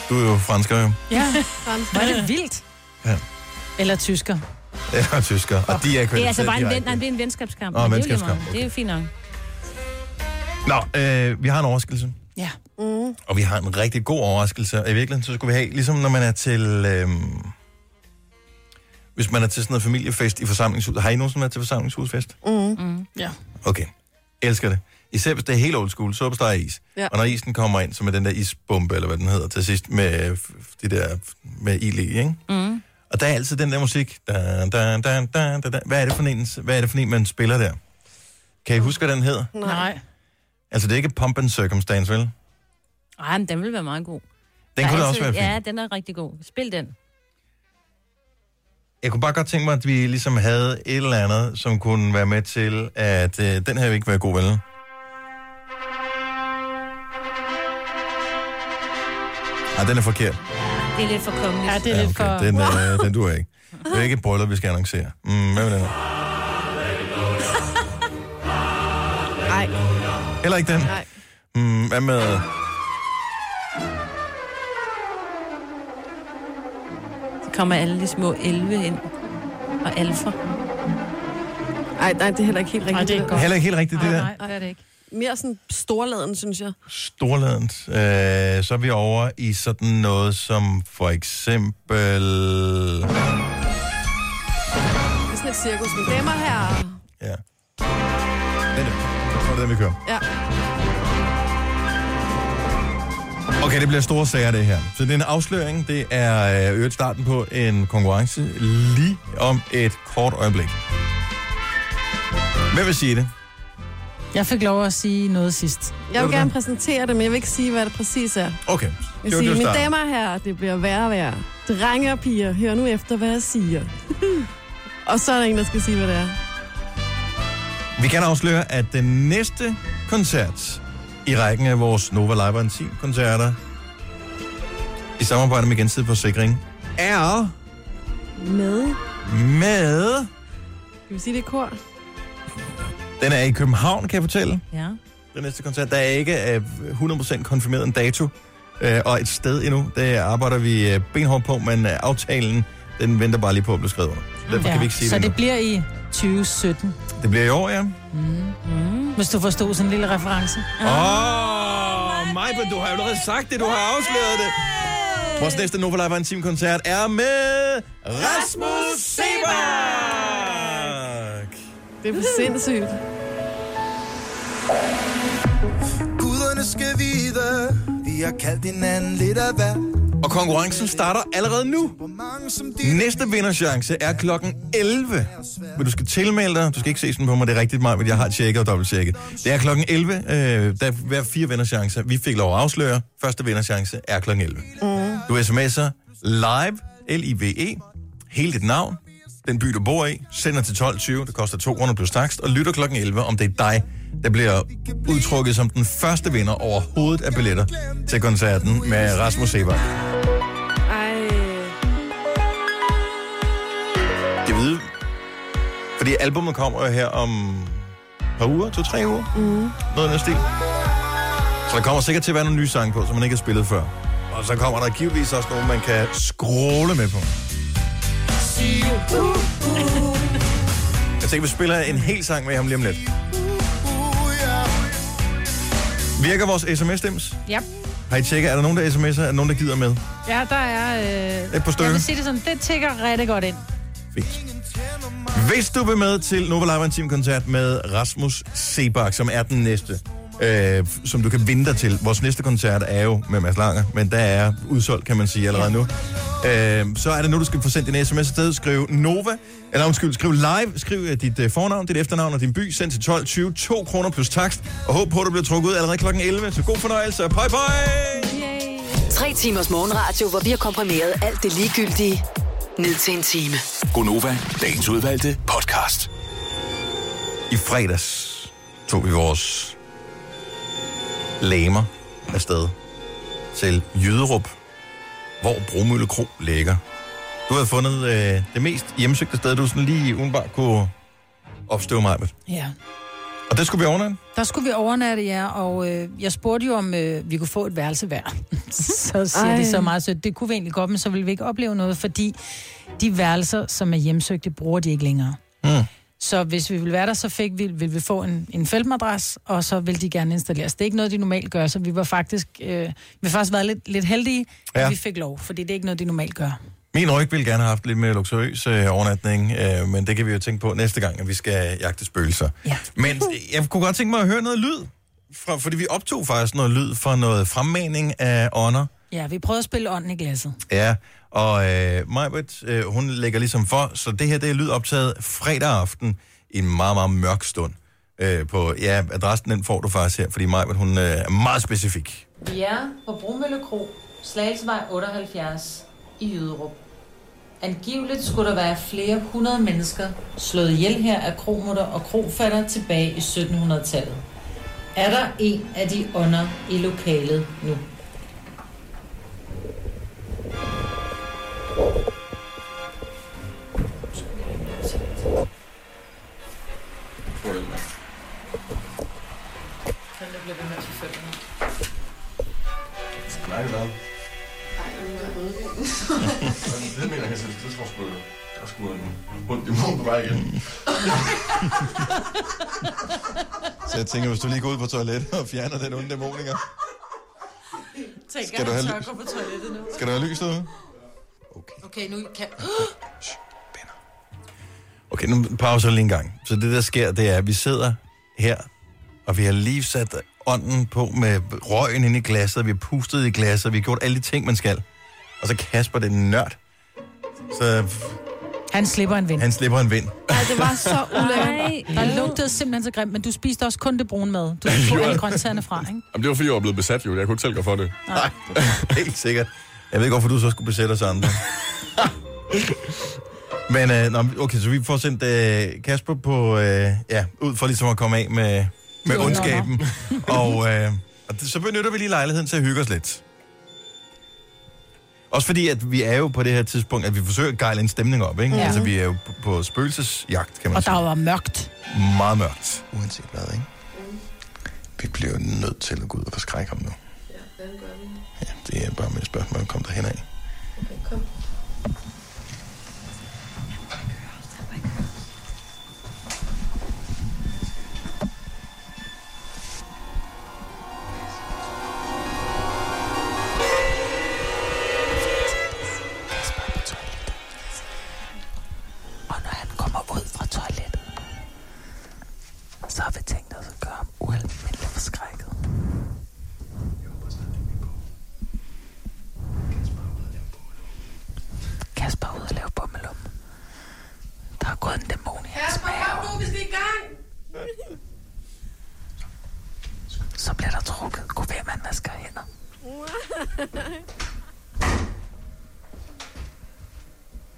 Speaker 1: du er jo fransker jo. [LAUGHS]
Speaker 3: [LAUGHS]
Speaker 4: Ja,
Speaker 2: Fransk.
Speaker 4: hvor er det vildt.
Speaker 1: Ja.
Speaker 4: Eller tysker.
Speaker 1: Jeg er tysker, og de er kvalitet.
Speaker 3: Det er altså bare en, ven, nej, det er en venskabskamp.
Speaker 1: Nå,
Speaker 3: men
Speaker 1: venskabskamp,
Speaker 3: Det er jo lige meget. Det er jo fint
Speaker 1: Nå, øh, vi har en overraskelse.
Speaker 4: Ja.
Speaker 1: Og vi har en rigtig god overraskelse. Og i virkeligheden, så skulle vi have, ligesom når man er til... Øh, hvis man er til sådan noget familiefest i forsamlingshus. Har I nogensinde været til forsamlingshusfest?
Speaker 4: Ja.
Speaker 1: Okay. Elsker det. Især hvis det er helt old school, så og is.
Speaker 2: Ja.
Speaker 1: Og når isen kommer ind, så med den der isbombe, eller hvad den hedder til sidst, med øh, f- de der med ild i, ikke? Mm. Og der er altid den der musik. Da, da, da, da, da, da. Hvad, er det for en, hvad er det for en, man spiller der? Kan I huske, hvad den hedder?
Speaker 4: Nej.
Speaker 1: Altså, det er ikke Pump and Circumstance, vel?
Speaker 3: nok. Ej, men den vil være meget god.
Speaker 1: Den
Speaker 3: Der er
Speaker 1: kunne da også
Speaker 3: altid-
Speaker 1: være fin.
Speaker 3: altså, Ja, den er rigtig god. Spil den.
Speaker 1: Jeg kunne bare godt tænke mig, at vi ligesom havde et eller andet, som kunne være med til, at øh, den her vil ikke være god, vel? Nej, den er forkert.
Speaker 3: Det er lidt for kongeligt.
Speaker 4: Ja, det er
Speaker 1: Ja,
Speaker 4: lidt for...
Speaker 1: okay. den, øh, den dur ikke. Det er ikke et bryllup, vi skal annoncere. Mm, hvad med den her?
Speaker 2: Nej,
Speaker 1: Heller ikke den.
Speaker 2: nej.
Speaker 1: Mm, hvad med...
Speaker 3: Så kommer alle de små 11 ind. Og alfa.
Speaker 2: Ej, nej, det er heller ikke helt rigtigt.
Speaker 4: Nej, det er ikke godt.
Speaker 1: Heller ikke helt rigtigt, det der.
Speaker 4: Nej, det er det ikke.
Speaker 2: Mere sådan storladen, synes jeg.
Speaker 1: storladent. Øh, så er vi over i sådan noget som for eksempel...
Speaker 2: Det er sådan et cirkus med damer her.
Speaker 1: Ja. Den der. Jeg tror, det er den, vi kører.
Speaker 2: Ja,
Speaker 1: Okay, det bliver store sager, det her. Så det er en afsløring. Det er øh, øvrigt starten på en konkurrence lige om et kort øjeblik. Hvem vil sige det?
Speaker 4: Jeg fik lov at sige noget sidst.
Speaker 2: jeg
Speaker 1: Ved du
Speaker 2: vil gerne præsentere det, men jeg vil ikke sige, hvad det præcis er.
Speaker 1: Okay.
Speaker 2: Jeg
Speaker 1: Jo,
Speaker 2: vil sige,
Speaker 1: jo,
Speaker 2: mine
Speaker 1: start.
Speaker 2: damer her, det bliver værre og værre. Drenge og piger, hør nu efter, hvad jeg siger. og så er der en, der skal sige, hvad det er.
Speaker 1: Vi kan afsløre, at den næste koncert i rækken af vores Nova Live og Intim koncerter i samarbejde med Gensidig Forsikring er
Speaker 2: Med.
Speaker 1: med...
Speaker 2: Kan vi sige det er kor?
Speaker 1: Den er i København, kan jeg fortælle.
Speaker 3: Ja.
Speaker 1: Den næste koncert, der er ikke øh, 100% konfirmeret en dato øh, og et sted endnu. Det arbejder vi øh, benhårdt på, men øh, aftalen, den venter bare lige på at blive skrevet under. Så derfor ja. kan vi ikke sige
Speaker 4: Så
Speaker 1: det,
Speaker 4: det
Speaker 1: det,
Speaker 4: bliver i 2017,
Speaker 1: det bliver i år, ja.
Speaker 4: hvis du forstod sådan en lille reference.
Speaker 1: Åh, oh, Majbert, du har jo allerede sagt det. Du har afsløret det. Vores næste Nova Live Intim koncert er med Rasmus Sebak.
Speaker 2: Det er for sindssygt.
Speaker 7: Guderne skal vide, vi har kaldt hinanden lidt af hvad.
Speaker 1: Og konkurrencen starter allerede nu.
Speaker 7: Hvor mange som de
Speaker 1: Næste vinderchance er klokken 11. Men du skal tilmelde dig. Du skal ikke se sådan på mig, det er rigtigt mig, men jeg har tjekket og dobbelttjekket. Det er klokken 11. Øh, der er hver fire vinderchancer. Vi fik lov at afsløre. Første vinderchance er klokken 11. Du sms'er live, L-I-V-E, E. hele dit navn, den by, du bor i, sender til 12.20, det koster 2 kroner plus takst, og lytter klokken 11, om det er dig, der bliver udtrukket som den første vinder overhovedet af billetter til koncerten med Rasmus Sebak.
Speaker 2: Ej.
Speaker 1: Jeg ved, fordi albumet kommer jo her om et par uger, to-tre uger. Mm. Noget af den stil. Så der kommer sikkert til at være nogle nye sange på, som man ikke har spillet før. Og så kommer der givetvis også nogle, man kan scrolle med på. Jeg tænker, vi spiller en hel sang med ham lige om lidt. Virker vores sms-stems?
Speaker 4: Ja.
Speaker 1: Har I tjekket, er der nogen, der sms'er? Er der nogen, der gider med?
Speaker 4: Ja, der er... Øh,
Speaker 1: Et par stykker.
Speaker 4: jeg vil sige det sådan, det tigger rigtig godt ind.
Speaker 1: Fint. Hvis du vil med til Nova Live Team koncert med Rasmus Sebak, som er den næste, øh, som du kan vinde dig til. Vores næste koncert er jo med Mads Langer, men der er udsolgt, kan man sige, allerede nu. Øh, så er det nu, du skal få sendt din sms afsted. Skriv Nova, eller undskyld, skriv live, skriv øh, dit øh, fornavn, dit efternavn og din by. Send til 12.20, 2 kroner plus takst. Og håb på, at du bliver trukket ud allerede kl. 11. Så god fornøjelse. Bye bye!
Speaker 5: Tre timers morgenradio, hvor vi har komprimeret alt det ligegyldige ned til en time.
Speaker 6: Gonova, dagens udvalgte podcast.
Speaker 1: I fredags tog vi vores lamer afsted til Jyderup, hvor Bromølle Kro ligger. Du havde fundet øh, det mest hjemsøgte sted, du sådan lige udenbart kunne opstøve mig med.
Speaker 4: Ja.
Speaker 1: Og det skulle vi overnatte.
Speaker 4: Der skulle vi overnatte, ja, og øh, jeg spurgte jo, om øh, vi kunne få et værelse hver. [LAUGHS] så siger Ej.
Speaker 2: Ej.
Speaker 4: de så meget sødt. Det kunne vi egentlig godt, men så ville vi ikke opleve noget, fordi de værelser, som er hjemsøgte, bruger de ikke længere. Mm.
Speaker 1: Hmm.
Speaker 4: Så hvis vi ville være der, så fik vi, ville vi få en, en feltmadras, og så ville de gerne installeres. Det er ikke noget, de normalt gør, så vi var faktisk, øh, vi har faktisk været lidt, lidt heldige, ja.
Speaker 1: Ja.
Speaker 4: at vi fik lov, fordi det er ikke noget, de normalt gør.
Speaker 1: Min ryg ville gerne have haft lidt mere luksuriøs øh, overnatning, øh, men det kan vi jo tænke på næste gang, at vi skal jagte spøgelser.
Speaker 4: Ja.
Speaker 1: Men øh, jeg kunne godt tænke mig at høre noget lyd, fra, fordi vi optog faktisk noget lyd fra noget fremmaning af ånder.
Speaker 4: Ja, vi prøvede at spille ånden i glasset.
Speaker 1: Ja, og øh, Majbert, øh, hun lægger ligesom for, så det her det er lyd optaget fredag aften i en meget, meget mørk stund. Øh, på, ja, adressen den får du faktisk her, fordi Majbert, hun øh, er meget specifik.
Speaker 8: Vi er på Bromølle Kro, Slagelsevej 78 i Jyderup. Angiveligt skulle der være flere hundrede mennesker slået ihjel her af kromutter og krofatter tilbage i 1700-tallet. Er der en af de ånder i lokalet nu?
Speaker 9: Det mener jeg selv. Det tror jeg sgu, der skulle en hund i morgen på vej igen.
Speaker 1: [LAUGHS] Så jeg tænker, hvis du lige går ud på toilettet og fjerner den onde dæmoniker,
Speaker 8: Tænker,
Speaker 1: Skal du han have tør lys?
Speaker 8: gå på toilettet nu.
Speaker 1: skal der være lys derude?
Speaker 8: Okay, nu kan...
Speaker 1: Okay, nu pauser jeg lige en gang. Så det, der sker, det er, at vi sidder her, og vi har lige sat ånden på med røgen ind i glasset, og vi har pustet i glasset, og vi har gjort alle de ting, man skal. Og så Kasper, den nørd, så
Speaker 4: Han slipper en vind.
Speaker 1: han slipper en vind.
Speaker 2: Ej, det var
Speaker 8: [LAUGHS]
Speaker 2: så ulækkert.
Speaker 3: Nej.
Speaker 4: Der lugtede simpelthen så grimt, men du spiste også kun det brune mad.
Speaker 1: [LAUGHS]
Speaker 4: Du tog alle grøntsagerne fra, ikke?
Speaker 9: Jamen, det var fordi, jeg var blevet besat, jo. Jeg kunne ikke selv gøre for det.
Speaker 1: Nej, [LAUGHS] helt sikkert. Jeg ved ikke, hvorfor du så skulle besætte os
Speaker 9: [LAUGHS]
Speaker 1: andre. Men øh, nå, okay, så vi får sendt øh, Kasper på, øh, ja, ud for ligesom at komme af med, med
Speaker 4: Under.
Speaker 1: ondskaben. og øh, og det, så benytter vi lige lejligheden til at hygge os lidt. Også fordi, at vi er jo på det her tidspunkt, at vi forsøger at gejle en stemning op, ikke? Ja.
Speaker 4: Ja.
Speaker 1: Altså, vi er jo på- på spøgelsesjagt, kan man
Speaker 4: Og
Speaker 1: sige.
Speaker 4: der var mørkt.
Speaker 1: Meget mørkt.
Speaker 9: Uanset hvad, ikke? Vi bliver jo nødt til at gå ud og forskrække ham nu. Ja, det er bare mit spørgsmål, om kom derhen af.
Speaker 4: Og når han kommer ud fra toilettet, så har vi tænkt os at gøre ham ualmindeligt forskrækket. Kasper er ude og lave bummelum. Der er gået en dæmon i hans mave.
Speaker 2: vi skal i gang!
Speaker 4: Så bliver der trukket. Gå ved, man vasker hænder.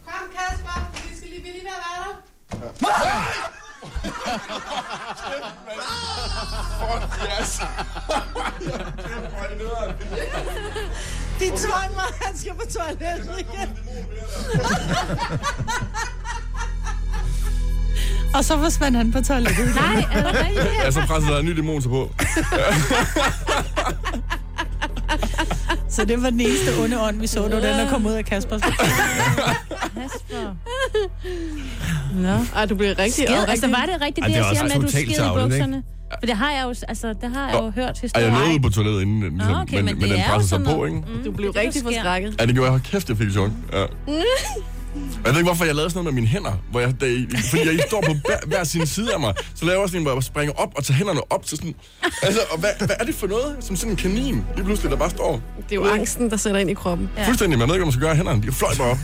Speaker 2: Kom, Kasper! Vi skal lige, vi lige være der.
Speaker 4: De tvang mig, han skal på toilettet igen. Og så forsvandt han på toilettet.
Speaker 3: Nej, er det rigtigt? [LAUGHS]
Speaker 9: Ja, så presser der en ny dæmon sig på.
Speaker 4: Så det var den eneste onde ånd, vi så, det var den, der kom ud af Kaspers.
Speaker 3: Kasper.
Speaker 2: Nå. Ej, du bliver rigtig
Speaker 3: Ged,
Speaker 2: og
Speaker 3: altså,
Speaker 2: rigtig...
Speaker 3: var det rigtigt,
Speaker 1: Ej, det
Speaker 3: det,
Speaker 1: er
Speaker 3: jeg
Speaker 1: også
Speaker 3: siger med, at du
Speaker 1: totalt
Speaker 3: skider i
Speaker 1: tarveligt, ikke?
Speaker 3: bukserne? For det har jeg jo, altså, det har jeg jo hørt
Speaker 9: Ej,
Speaker 3: historier.
Speaker 9: jeg nåede ud på toilettet inden, den, ligesom,
Speaker 3: okay,
Speaker 9: men,
Speaker 3: men
Speaker 9: men,
Speaker 3: det
Speaker 9: den
Speaker 3: er jo
Speaker 9: presser sig
Speaker 3: sådan
Speaker 9: på,
Speaker 3: noget.
Speaker 9: ikke?
Speaker 2: Du blev
Speaker 3: det, der
Speaker 2: rigtig
Speaker 3: sker.
Speaker 2: forskrækket.
Speaker 9: Ja, det gjorde jeg. Hold kæft, jeg fik chok. Ja. Og Jeg ved ikke, hvorfor jeg lavede sådan noget med mine hænder, hvor jeg, da I, fordi jeg I står på hver, hver sin side af mig, så laver jeg sådan en, hvor jeg springer op og tager hænderne op til sådan... Altså, og hvad, hvad er det for noget? Som sådan en kanin, lige pludselig, der bare står
Speaker 2: Det er jo angsten, der sætter ind i kroppen.
Speaker 3: Uh. Ja.
Speaker 9: fuldstændig. Man ved ikke, hvad man skal gøre i hænderne. De fløj bare op.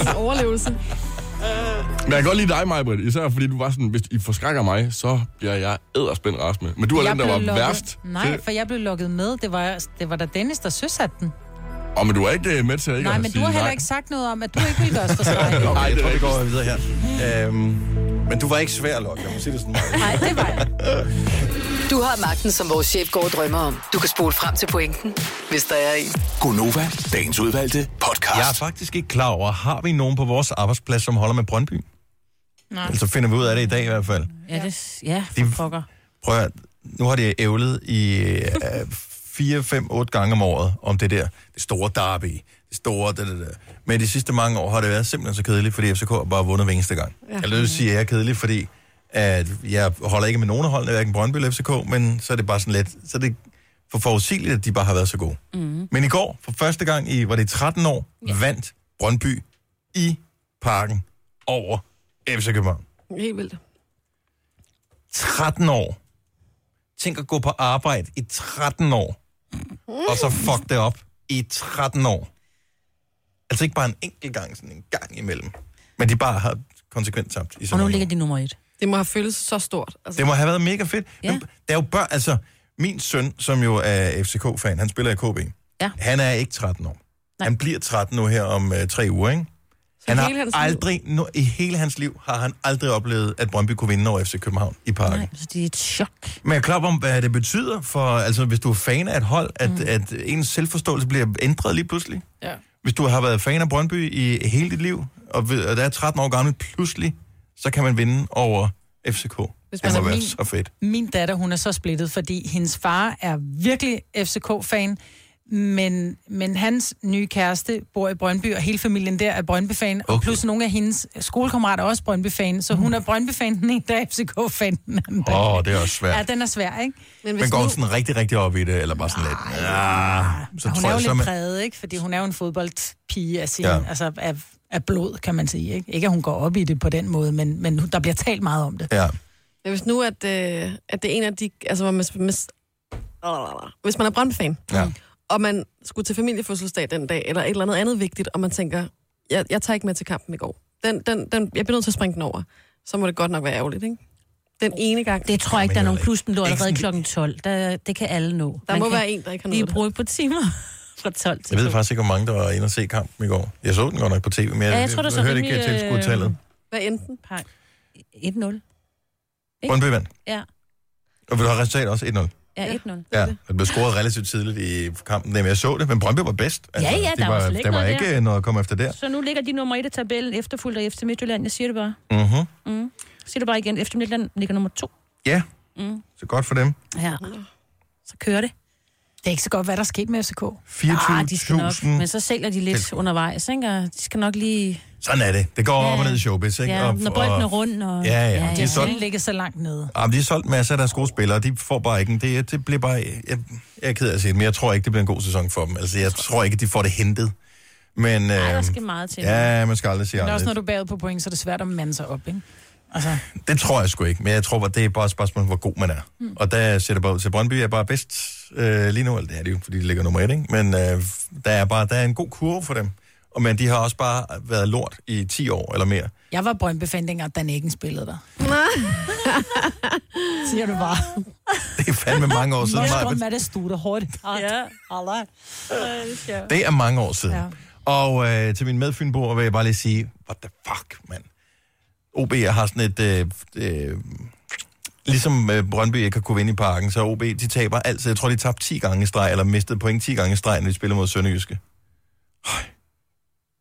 Speaker 2: En overlevelse.
Speaker 9: Men jeg kan godt lide dig, Majbrit, især fordi du var sådan, hvis I forskrækker mig, så bliver jeg æderspændt ras med. Men du er den, der var værst.
Speaker 4: Nej, for jeg blev lukket med. Det var, det var da Dennis, der søsatte den.
Speaker 9: Og men du er ikke øh, med til at ikke
Speaker 4: Nej,
Speaker 9: at
Speaker 4: men du
Speaker 9: sige
Speaker 4: har heller
Speaker 9: nej.
Speaker 4: ikke sagt noget om, at du ikke ville gøre os
Speaker 9: [LAUGHS]
Speaker 4: forskrækket.
Speaker 1: Nå,
Speaker 9: Nej,
Speaker 1: Nej,
Speaker 9: det
Speaker 1: jeg
Speaker 9: er
Speaker 1: tror, vi
Speaker 9: rigtigt.
Speaker 1: går videre her. Øhm, men du var ikke svær, Lok. Jeg må sige det sådan meget.
Speaker 4: Nej, det var jeg.
Speaker 5: Du har magten, som vores chef går og drømmer om. Du kan spole frem til pointen, hvis der er en.
Speaker 6: Gonova, dagens udvalgte
Speaker 1: Jeg er
Speaker 6: podcast.
Speaker 1: faktisk ikke klar over, har vi nogen på vores arbejdsplads, som holder med Brøndby?
Speaker 4: Nej.
Speaker 1: Altså finder vi ud af det i dag i hvert fald.
Speaker 3: Ja, det, ja for
Speaker 1: Det-
Speaker 3: pokker.
Speaker 1: Prøv at, høre, nu har det ævlet i øh, 4, 5, 8 gange om året om det der. Det store derby. Det store... Da, da, da. Men de sidste mange år har det været simpelthen så kedeligt, fordi FCK har bare vundet hver eneste gang. Ja. Jeg vil sige, at jeg er kedelig, fordi at jeg holder ikke med nogen af holdene, hverken Brøndby eller FCK, men så er det bare sådan lidt... Så er det for forudsigeligt, at de bare har været så gode. Mm. Men i går, for første gang i, var det 13 år, ja. vandt Brøndby i parken over FC København.
Speaker 2: Helt vildt.
Speaker 1: 13 år. Tænk at gå på arbejde i 13 år, og så fuck det op i 13 år. Altså ikke bare en enkelt gang, sådan en gang imellem. Men de bare har konsekvent tabt i så
Speaker 3: Og nu
Speaker 1: mange
Speaker 3: ligger de nummer et.
Speaker 2: Det må have føltes så stort. Altså,
Speaker 1: det må have været mega fedt. Ja.
Speaker 3: Ja.
Speaker 1: Men der er jo børn, altså min søn, som jo er FCK-fan, han spiller i KB.
Speaker 3: Ja.
Speaker 1: Han er ikke 13 år. Nej.
Speaker 3: Nej.
Speaker 1: Han bliver 13 nu her om øh, tre uger, ikke? Han har
Speaker 2: hele hans liv?
Speaker 1: aldrig, nu, i hele hans liv, har han aldrig oplevet, at Brøndby kunne vinde over FC København i parken.
Speaker 3: Nej, så det er et chok.
Speaker 1: Men jeg er klar om, hvad det betyder for, altså hvis du er fan af et hold, at, mm. at ens selvforståelse bliver ændret lige pludselig.
Speaker 2: Ja.
Speaker 1: Hvis du har været fan af Brøndby i hele dit liv, og, ved, og der er 13 år gammel, pludselig, så kan man vinde over FCK.
Speaker 4: Hvis
Speaker 1: det
Speaker 4: man
Speaker 1: må
Speaker 4: er
Speaker 1: være
Speaker 4: min-
Speaker 1: så fedt.
Speaker 4: Min datter, hun er så splittet, fordi hendes far er virkelig FCK-fan, men, men hans nye kæreste bor i Brøndby, og hele familien der er Brøndby-fan, okay. og
Speaker 1: Okay.
Speaker 4: plus nogle af hendes skolekammerater er også Brøndby-fan, så hun er Brøndby-fan den ene dag, FCK-fan den anden dag.
Speaker 1: Åh, oh, det er også
Speaker 4: Ja,
Speaker 1: svært.
Speaker 4: den er svær, ikke?
Speaker 2: men
Speaker 1: Men går hun sådan rigtig, rigtig op i det, eller bare sådan lidt? Ja, Ah, så
Speaker 4: Så hun
Speaker 1: tror
Speaker 4: er jo
Speaker 1: jeg, så
Speaker 4: lidt
Speaker 1: man,
Speaker 4: præget, ikke? Fordi hun er jo en fodboldpige af, sin,
Speaker 1: Ja.
Speaker 4: ja. altså af, af blod, kan man sige, ikke? Ikke at hun går op i det på den måde, men, men der bliver talt meget om det.
Speaker 1: ja.
Speaker 2: Men hvis nu, at, øh, at det er en af de... Altså, hvor man, mis, hvis man er brøndfan,
Speaker 1: Ja.
Speaker 2: og man skulle til familiefødselsdag den dag, eller et eller andet andet vigtigt, og man tænker, jeg, jeg tager ikke med til kampen i går. Den, den, den, jeg bliver nødt til at springe den over. Så må det godt nok være ærgerligt, ikke? Den ene gang.
Speaker 3: Det tror jeg ikke, der er nogen plus, den lå
Speaker 1: Ikke
Speaker 3: allerede
Speaker 1: sådan-
Speaker 3: klokken 12. Der, det kan alle nå.
Speaker 2: Der
Speaker 3: Man
Speaker 2: må
Speaker 3: kan
Speaker 2: være en, der ikke har
Speaker 3: Lige
Speaker 2: noget.
Speaker 3: bruge et par timer [LAUGHS] fra 12 til
Speaker 1: Jeg ved
Speaker 3: 2.
Speaker 1: faktisk ikke, hvor mange, der var inde og se kampen i går. Jeg så den godt nok på tv, men jeg,
Speaker 3: Ja, jeg tror, der så
Speaker 1: hørte ikke
Speaker 3: rimelig, øh,
Speaker 1: tilskudtallet.
Speaker 2: Hvad enten?
Speaker 3: Par- 1-0.
Speaker 1: Brøndby vandt.
Speaker 3: Ja.
Speaker 1: Og vil du have resultat også 1-0?
Speaker 3: Ja, 1-0.
Speaker 1: Ja, den blev scoret relativt tidligt i kampen, men jeg så det, men Brøndby var bedst. Altså,
Speaker 3: Ja, ja,
Speaker 1: det
Speaker 3: der var
Speaker 1: var,
Speaker 3: slet ikke
Speaker 1: der var
Speaker 3: noget
Speaker 1: ikke
Speaker 3: der.
Speaker 1: noget at komme efter der.
Speaker 3: Så nu ligger de nummer 1 i tabellen efterfulgt af FC Midtjylland. Jeg siger det bare.
Speaker 1: Mm-hmm.
Speaker 3: Mm. Jeg siger det bare igen. FC Midtjylland ligger nummer 2.
Speaker 1: Ja,
Speaker 3: Mm.
Speaker 1: så godt for dem.
Speaker 3: Ja. Så kører det.
Speaker 4: Det er ikke så godt, hvad der er sket med FCK.
Speaker 1: 24.000.
Speaker 3: Ah, de skal nok. Men så sælger de lidt undervejs, ikke? Og de skal nok lige...
Speaker 1: Sådan er det. Det går
Speaker 3: Ja.
Speaker 1: op og ned i showbiz, ikke?
Speaker 3: Ja,
Speaker 1: og,
Speaker 3: når bolden er
Speaker 1: og-
Speaker 3: rund, og...
Speaker 1: Ja, ja,
Speaker 4: Ja,
Speaker 1: de er
Speaker 4: de
Speaker 1: sådan...
Speaker 4: ikke ligge så langt nede.
Speaker 1: Jamen, de har solgt masser af deres gode spillere, de får bare ikke en... Det, det bliver bare... Jeg, jeg er ked af at sige det, men jeg tror ikke, det bliver en god sæson for dem. Altså, jeg tror ikke, de får det hentet. Men... Øh,
Speaker 4: der skal meget til.
Speaker 1: Ja, man skal aldrig sige
Speaker 4: Men også når
Speaker 1: andet.
Speaker 4: du er bagud på point, så er det svært at mande sig op, ikke?
Speaker 1: [LAUGHS]
Speaker 4: Altså,
Speaker 1: Det tror jeg sgu ikke, men jeg tror, at det er bare et spørgsmål, hvor god man er. Mm. Og der ser det bare ud til, Brøndby er bare bedst øh, lige nu. Eller det er det jo, fordi de ligger nummer et, ikke? Men øh, der er bare der er en god kurve for dem. Og, men de har også bare været lort i 10 år eller mere.
Speaker 4: jeg var Brøndby-fan dengang, Dan Eggen spillede der. [LAUGHS] Siger du bare.
Speaker 1: Det er fandme mange [LAUGHS] år siden. Maja.
Speaker 4: Mås med det studer hårdt. Ja. Allah.
Speaker 1: Det er mange år siden. Ja. Og øh, til min medfynbord vil jeg bare lige sige, what the fuck, mand. OB har sådan et... Øh, øh, ligesom øh, Brøndby ikke har kunne vinde i parken, så OB, de taber altid. Jeg tror, de tabte 10 gange i streg, eller mistede point 10 gange i streg, når de spiller mod Sønderjyske.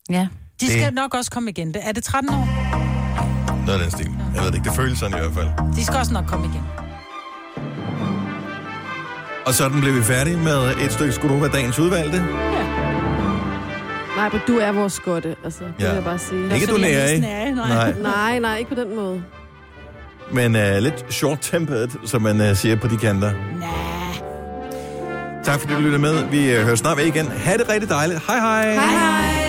Speaker 3: Ja.
Speaker 4: De skal
Speaker 1: Det-
Speaker 4: nok også komme igen. Det- Er det 13 år?
Speaker 1: Noget af den stil. Jeg ved det ikke, det føles sådan i hvert fald.
Speaker 4: De skal også nok komme igen.
Speaker 1: Og sådan blev vi færdige med et stykke Skodova dagens udvalgte.
Speaker 2: Nej, men du er vores skotte, altså. Det
Speaker 1: Ja.
Speaker 2: vil jeg bare sige.
Speaker 1: Ikke du nære,
Speaker 4: nære,
Speaker 1: nej.
Speaker 2: Nej, nej, ikke på den måde.
Speaker 1: Men øh, lidt short-tempered, som man øh, siger på de kanter. Tak fordi du lyttede med. Vi øh, hører snart ved igen. Ha' det rigtig dejligt. Hej hej.
Speaker 2: Hej, hej.